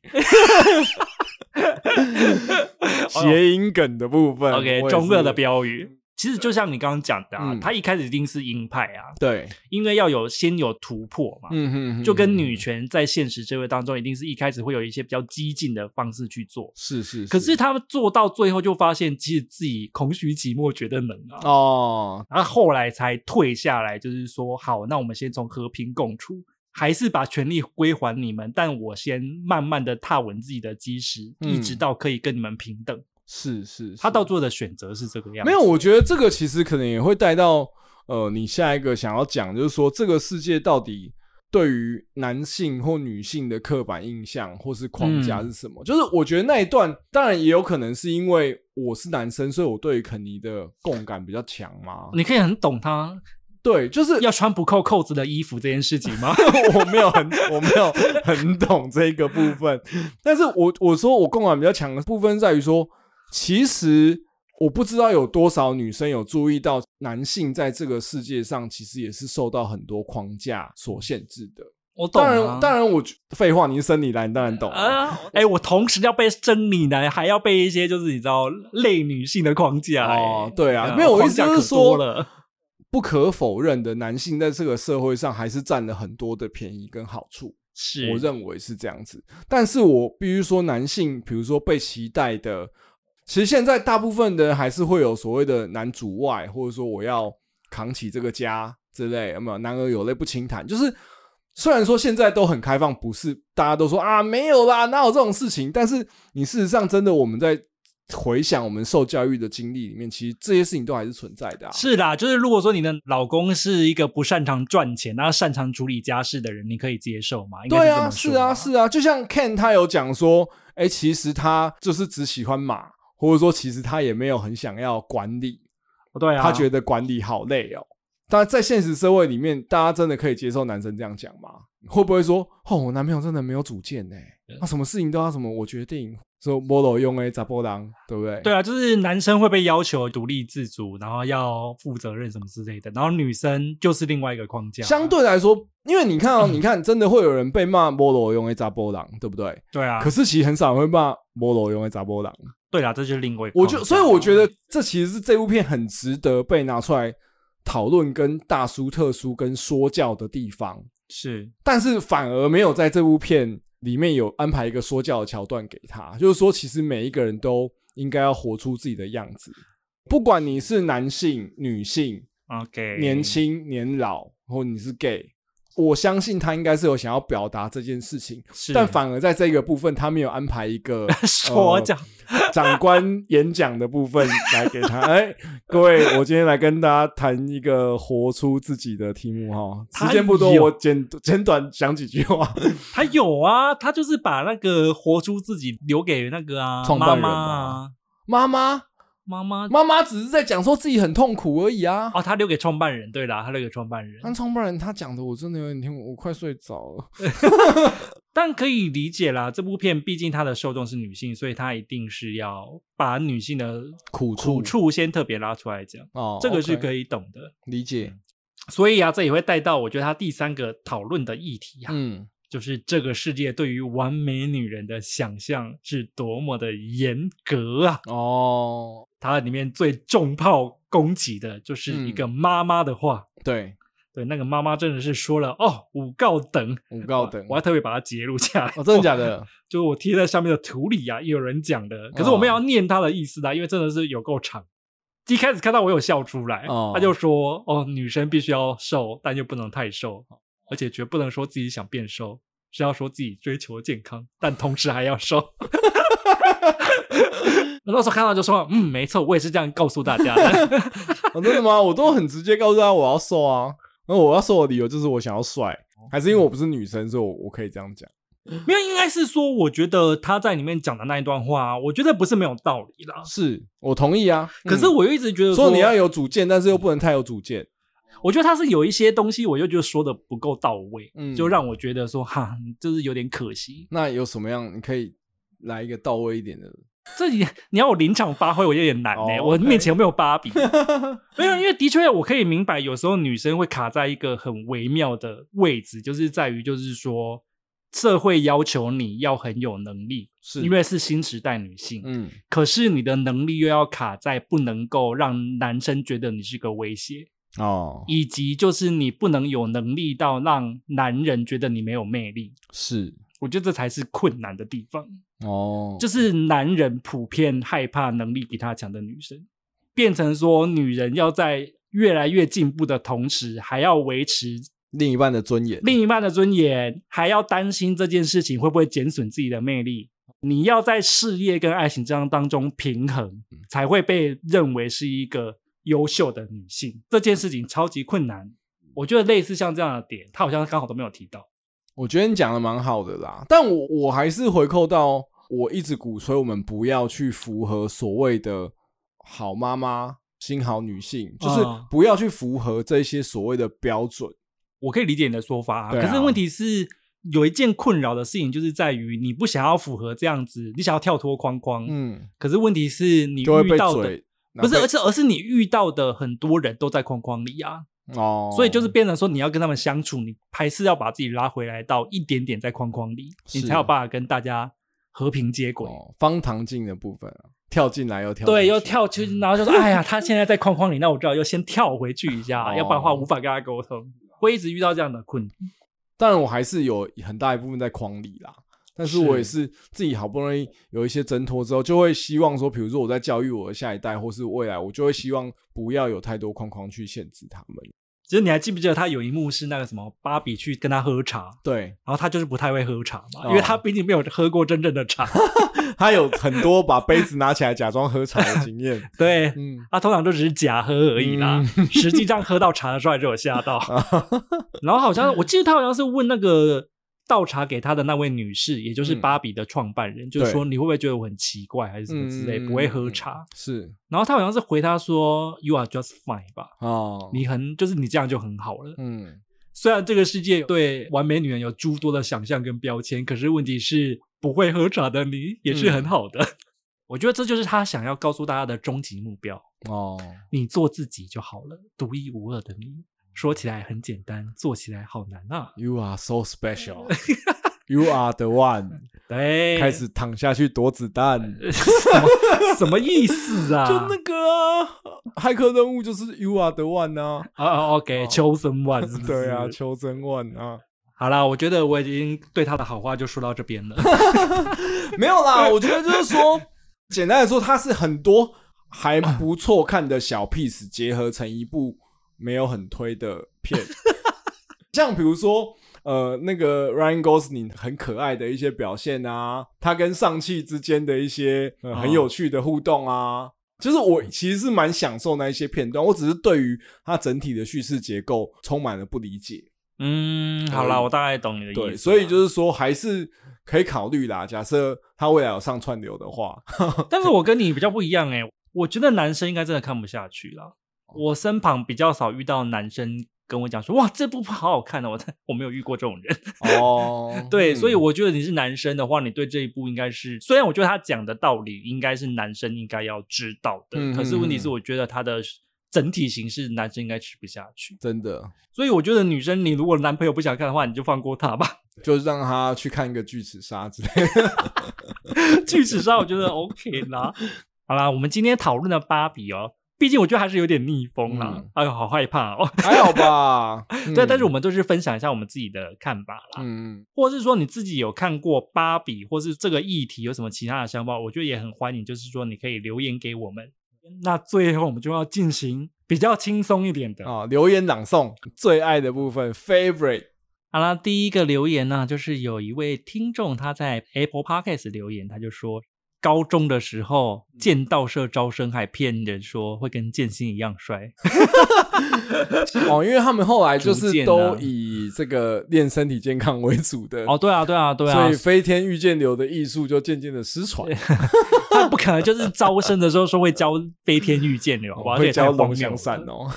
谐音梗的部分哦 OK，我也是中二的标语。其实就像你刚刚讲的啊，嗯他一开始一定是鹰派啊，对，因为要有先有突破嘛，嗯哼哼就跟女权在现实社会当中，一定是一开始会有一些比较激进的方式去做。是是，可是他们做到最后，就发现其实自己空虚寂寞觉得冷啊，哦，然后后来才退下来，就是说好，那我们先从和平共处，还是把权力归还你们，但我先慢慢的踏稳自己的基石，嗯一直到可以跟你们平等。是是，他是到做的选择是这个样子，没有，我觉得这个其实可能也会带到呃，你下一个想要讲，就是说这个世界到底对于男性或女性的刻板印象或是框架嗯是什么？就是我觉得那一段，当然也有可能是因为我是男生，所以我对于肯尼的共感比较强嘛。你可以很懂他对，就是要穿不扣扣子的衣服这件事情吗？ [laughs] 我没有很我没有很懂这个部分，但是我我说我共感比较强的部分在于说，其实我不知道有多少女生有注意到，男性在这个世界上其实也是受到很多框架所限制的。我懂、当啊，然，当然我觉，废话，你是生理男，当然懂啊。啊，哎、我同时要被生理男，还要被一些就是你知道类女性的框架、哎哦，对啊，嗯没有，我意思就框架是可多说，了，不可否认的，男性在这个社会上还是占了很多的便宜跟好处。是我认为是这样子。但是我必须说，男性比如说被期待的，其实现在大部分的人还是会有所谓的男主外，或者说我要扛起这个家之类，有没有？男儿有泪不轻弹，就是虽然说现在都很开放，不是大家都说啊没有啦，哪有这种事情？但是你事实上真的我们在。回想我们受教育的经历里面，其实这些事情都还是存在的、啊。是啦，就是如果说你的老公是一个不擅长赚钱，那擅长处理家事的人，你可以接受吗？应该对这啊，么说是啊，吧是啊，就像 Ken 他有讲说，哎、其实他就是只喜欢马，或者说其实他也没有很想要管理，对啊，他觉得得管理好累哦。但在现实社会里面，大家真的可以接受男生这样讲吗？会不会说，哦，我男朋友真的没有主见呢、他什么事情都要什么我决定，说摸罗用哎，咋波浪，对不对？对啊，就是男生会被要求独立自主，然后要负责任什么之类的，然后女生就是另外一个框架，相对来说，因为你 [laughs] 看哦，你看，真的会有人被骂摸罗用哎，咋波浪，对不对？对啊，可是其实很少人会骂摸罗用哎，咋波浪。对啦，这就是另外一个框我架，就所以我觉得这其实是这部片很值得被拿出来讨论、跟大书特书、跟说教的地方，是但是反而没有在这部片里面有安排一个说教的桥段给他，就是说其实每一个人都应该要活出自己的样子，不管你是男性、女性、 OK 年轻、年老，或你是 gay。我相信他应该是有想要表达这件事情，是，但反而在这个部分，他没有安排一 [laughs] 个说呃讲、长官演讲的部分来给他。 [laughs] 哎、各位，我今天来跟大家谈一个活出自己的题目哈，时间不多，哎呦我简简短讲几句话。他有啊，他就是把那个活出自己留给那个啊创妈办人妈嘛啊 [laughs] 妈妈，妈妈妈妈只是在讲说自己很痛苦而已啊。哦，他留给创办人，对啦，他留给创办人，但创办人他讲的我真的有点听不，我快睡着了。但可以理解啦，这部片毕竟它的受众是女性，所以它一定是要把女性的苦苦处先特别拉出来讲，哦，这个是可以以懂的。理解。所以啊，这也会带到我觉得它第三个讨论的议题啊，嗯，就是这个世界对于完美女人的想象是多么的严格啊！嗯哦，它里面最重炮攻击的就是一嗯个妈妈的话，对，对，那个妈妈真的是说了哦，五告等，五告等我，还特别把它截录下来。哦，真的假的？就是我贴在下面的图里啊，也有人讲的，可是我们哦要念他的意思啦，啊因为真的是有够长。一开始看到我有笑出来，哦他就说：“哦，女生必须要瘦，但又不能太瘦，而且绝不能说自己想变瘦，是要说自己追求健康，但同时还要瘦。” [laughs] 我那时候看到就说：“嗯，没错，我也是这样告诉大家的。 [laughs] 哦，真的吗？我都很直接告诉他我要瘦啊，然后我要瘦的理由就是我想要帅，哦还是因为我不是女生，所以我我可以这样讲。”没有，应该是说，我觉得他在里面讲的那一段话，啊我觉得不是没有道理啦。是我同意啊，可是嗯、我又一直觉得说你要有主见，但是又不能太有主见。我觉得他是有一些东西，我就觉得说的不够到位，嗯就让我觉得说哈，就是有点可惜。那有什么样你可以来一个到位一点的？这里你要我临场发挥，我有点难呢、哦我 OK 面前没有芭 [laughs] 比，没有，因为的确我可以明白，有时候女生会卡在一个很微妙的位置，就是在于就是说社会要求你要很有能力，是因为是新时代女性，嗯可是你的能力又要卡在不能够让男生觉得你是个威胁。哦以及就是你不能有能力到让男人觉得你没有魅力。是我觉得这才是困难的地方，哦就是男人普遍害怕能力比他强的女生，变成说女人要在越来越进步的同时，还要维持另一半的尊严。另一半的尊严，还要担心这件事情会不会减损自己的魅力。你要在事业跟爱情这样当中平衡，嗯才会被认为是一个优秀的女性。这件事情超级困难，嗯我觉得类似像这样的点，他好像刚好都没有提到。我觉得你讲的蛮好的啦，但我我还是回扣到我一直鼓吹我们不要去符合所谓的好妈妈、新好女性，就是嗯不要去符合这些所谓的标准。我可以理解你的说法、对啊可是问题是有一件困扰的事情，就是在于你不想要符合这样子，你想要跳脱框框，嗯，可是问题是你就会遇被到的嘴不是，那被而是而是你遇到的很多人都在框框里啊，哦，所以就是变成说你要跟他们相处，你还是要把自己拉回来到一点点在框框里，你是才有办法跟大家和平接轨。哦方糖镜的部分啊，跳进来又跳进对，去嗯又跳出去，然后就说：“哎呀，他现在在框框里，那我知道要先跳回去一下，哦要不然的话无法跟他沟通，会一直遇到这样的困境。当然我还是有很大一部分在框里啦，但是我也是自己好不容易有一些挣脱之后，就会希望说，比如说我在教育我的下一代或是未来，我就会希望不要有太多框框去限制他们。”其实你还记不记得他有一幕是那个什么芭比去跟他喝茶，对，然后他就是不太会喝茶嘛，哦因为他毕竟没有喝过真正的茶。 [laughs] 他有很多把杯子拿起来假装喝茶的经验。对， [laughs] 嗯，他啊通常就只是假喝而已啦， [laughs] 实际上喝到茶的时候还是有吓 [laughs] 到。然后好像我记得他好像是问那个倒茶给他的那位女士，也就是嗯芭比的创办人，就是对说你会不会觉得我很奇怪还是什么之类，嗯不会喝茶。是然后他好像是回他说 “You are just fine” 吧，哦，你很就是你这样就很好了。嗯，虽然这个世界对完美女人有诸多的想象跟标签，可是问题是不会喝茶的你也嗯是很好的。我觉得这就是他想要告诉大家的终极目标。哦，你做自己就好了，独一无二的你。说起来很简单，做起来好难啊！ You are so [laughs] special. You are the one. 对，开始躺下去躲子哎弹，[laughs] 什么 [laughs] 什么意思 [laughs] 啊？ [laughs] 就那个啊，骇客任务就是 You are the one 啊。哦哦，OK，哦秋生万 [laughs] 是不是？ [laughs] 对啊，求真 one 啊，好啦，我觉得我已经对他的好话就说到这边了。 [laughs] [laughs] 没有啦，我觉得就是说， [laughs] 简单来说，它是很多还不错看的小 piece 结合成一部没有很推的片， [laughs] 像比如说。呃，那个 Ryan Gosling 很可爱的一些表现啊，他跟上汽之间的一些、呃、很有趣的互动啊，就是我其实是蛮享受那一些片段，我只是对于它整体的叙事结构充满了不理解。嗯，好啦，我大概懂你的意思了。对，所以 [laughs] 就是说还是可以考虑啦。假设他未来有上串流的 [laughs] 话，但是我跟你比较不一样哎、我觉得男生应该真的看不下去啦。我身旁比较少遇到男生跟我讲说哇这部好好看哦，我 [laughs] 我没有遇过这种人。哦， [laughs] 对，嗯所以我觉得你是男生的话，你对这一部应该是，虽然我觉得他讲的道理应该是男生应该要知道的，嗯可是问题是，嗯嗯我觉得他的整体形式男生应该吃不下去，嗯真的所以我觉得女生，你如果男朋友不想看的话，你就放过他吧。 [laughs] 就是让他去看个巨齿鲨之类的。巨齿鲨，我觉得 OK 啦。好啦，我们今天讨论的芭比哦，毕竟我觉得还是有点逆风啦，嗯哎呦，好害怕哦。还好吧？ [laughs] 对，但是我们们都是分享一下我们自己的看法啦。嗯或是说你自己有看过芭比，或是这个议题有什么其他的想法，我觉得也很欢迎，就是说你可以留言给我们。那最后我们就要进行比较轻松一点的。啊，留言朗诵最爱的部分 [laughs] favorite 好啦，第一个留言呢，就是有一位听众他在 Apple Podcast 留言，他就说。高中的时候，嗯剑道社招生还骗人说会跟剑心一样 [laughs] 帅，哦，因为他们后来就逐渐是啊都以这个练身体健康为主的哦，。对啊，对啊，对啊所以，飞天御剑流的艺术就渐渐的失传，他不可能就是招生的时候说会教飞天御剑流，好不好？这哦会也太教荒龙谬翔了散 [laughs] 哦。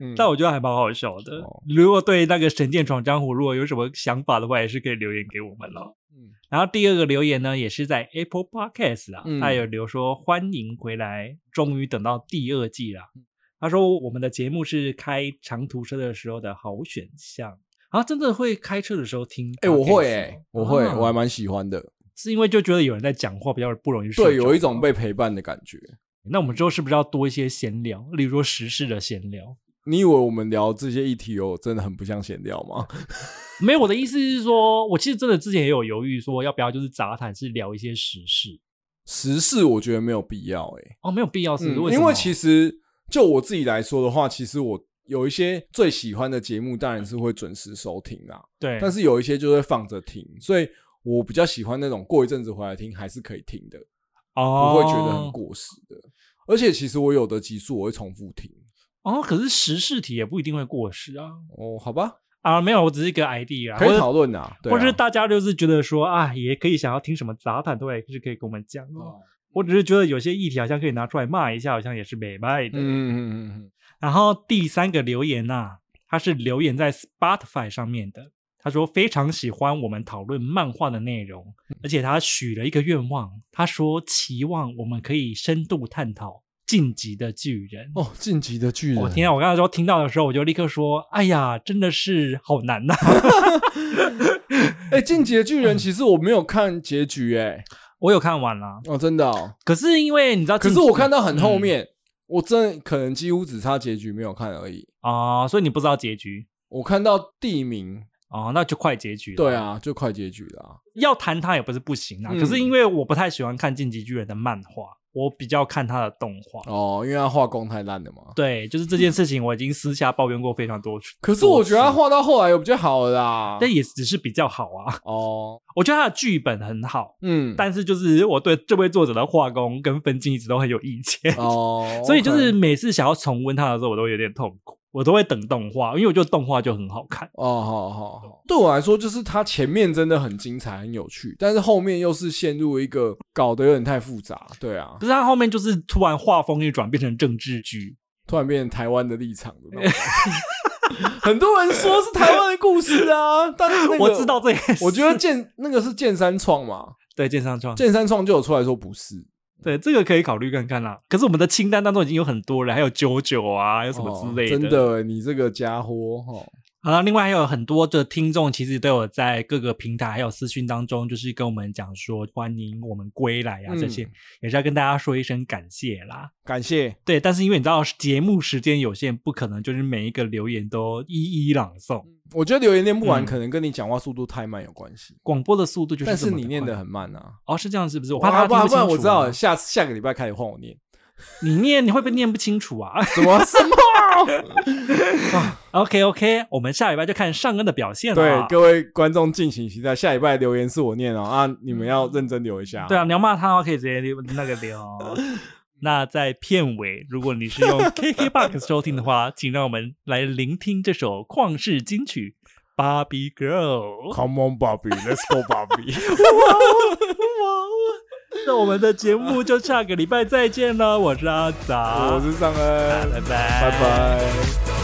嗯但我觉得还蛮好笑的。哦如果对那个《神剑闯江湖》如果有什么想法的话，也是可以留言给我们了。嗯然后第二个留言呢，也是在 Apple Podcast 啊，嗯他有留说欢迎回来，终于等到第二季啦。嗯他说我们的节目是开长途车的时候的好选项啊，真的会开车的时候听 podcast 哦。哎，我会哎，我会，啊我还蛮喜欢的。是因为就觉得有人在讲话比较不容易睡对，着有一种吗。被陪伴的感觉。那我们之后是不是要多一些闲聊，例如说时事的闲聊？你以为我们聊这些议题有真的很不像闲聊 [laughs] 吗？没有，我的意思是说，我其实真的之前也有犹豫，说要不要就是杂谈，是聊一些时事时事我觉得没有必要、欸，哦，没有必要是、嗯，为什因么为其实就我自己来说的话，其实我有一些最喜欢的节目，当然是会准时收听啦，对，但是有一些就会放着听，所以我比较喜欢那种过一阵子回来听还是可以听的，哦不会觉得很过时的。而且其实我有的集数我会重复听哦，可是时事题也不一定会过时啊哦，好吧，啊，没有，我只是一个 idea，啊可以或讨者论啊，对啊或者是大家就是觉得说啊，也可以想要听什么杂谈，都还是可以跟我们讲哦。哦我只是觉得有些议题好像可以拿出来骂一下，好像也是美卖的。嗯嗯嗯嗯然后第三个留言呐、他是留言在 Spotify 上面的。他说非常喜欢我们讨论漫画的内容，而且他许了一个愿望，他说期望我们可以深度探讨晋级的巨人》哦，啊晋级的巨人，我啊听到我刚才说听到的时候，我就立刻说：“哎呀，真的是好难呐、 [laughs] [laughs] 哎，进击的巨人其实我没有看结局、哎、我有看完啦，哦，真的、哦，可是因为你知道可晋级，是我看到很嗯后面，我真的可能几乎只差结局没有看而已。啊、所以你不知道结局我看到地名，哦，那就快结局了。对，啊，就快结局了、啊。要谈它也不是不行啊。嗯可是因为我不太喜欢看《进击巨人》的漫画，我比较看它的动画。哦，因为他画工太烂了嘛。对，就是这件事情，我已经私下抱怨过非常多次。可是我觉得他画到后来有比较好的啦。但也只是比较好啊。 [laughs] 哦，我觉得他的剧本很好，嗯，但是就是我对这位作者的画工跟分镜一直都很有意见，哦 [laughs] ，所以就是，OK 每次想要重温它的时候，我都有点痛苦，我都会等动画，因为我觉得动画就很好看。哦，好好好。对我来说，就是他前面真的很精彩、很有趣，但是后面又是陷入一个搞得有点太复杂。对啊可，是他后面就是突然画风一转，变成政治剧，突然变成台湾的立场的那种 [laughs] 感觉。很多人说是台湾的故事啊，但是那个我知道，这也是我觉得剑那个是剑三创嘛，对剑上创，剑三创就有出来说不是，对这个可以考虑看看啦。可是我们的清单当中已经有很多人，还有九九啊，还有什么之类哦、真的。的欸，你这个家伙哦哈，好了，另外还有很多的听众其实都有在各个平台还有私讯当中，就是跟我们讲说欢迎我们归来啊，嗯这些、也是要跟大家说一声感谢啦。感谢对，但是因为你知道节目时间有限，不可能就是每一个留言都一一朗诵。我觉得留言念不完，嗯可能跟你讲话速度太慢有关系，广播的速度就是但这是么你念快的很慢啊。哦，是这样是不是？我我怕他不听然不不清然楚、啊我知道了，下次下个礼拜开始换我念，你念你会不会念不清楚啊 [laughs] 怎么什么？ ？OK OK，我们下礼拜就看上恩的表现了啊。对，各位观众敬请期待，下礼拜留言是我念哦啊，你们要认真留一下。嗯对啊，，你要骂他的话，可以直接留那个 [laughs] 留。那在片尾，如果你是 [laughs] 用 KKBOX 收听的话，请让我们来聆听这首旷世金曲《Barbie Girl》。 Come on, Bobby, let's go, Bobby。那我们的节目就下个礼拜再见了，我是阿杂，我是尚恩，啊拜拜，拜拜。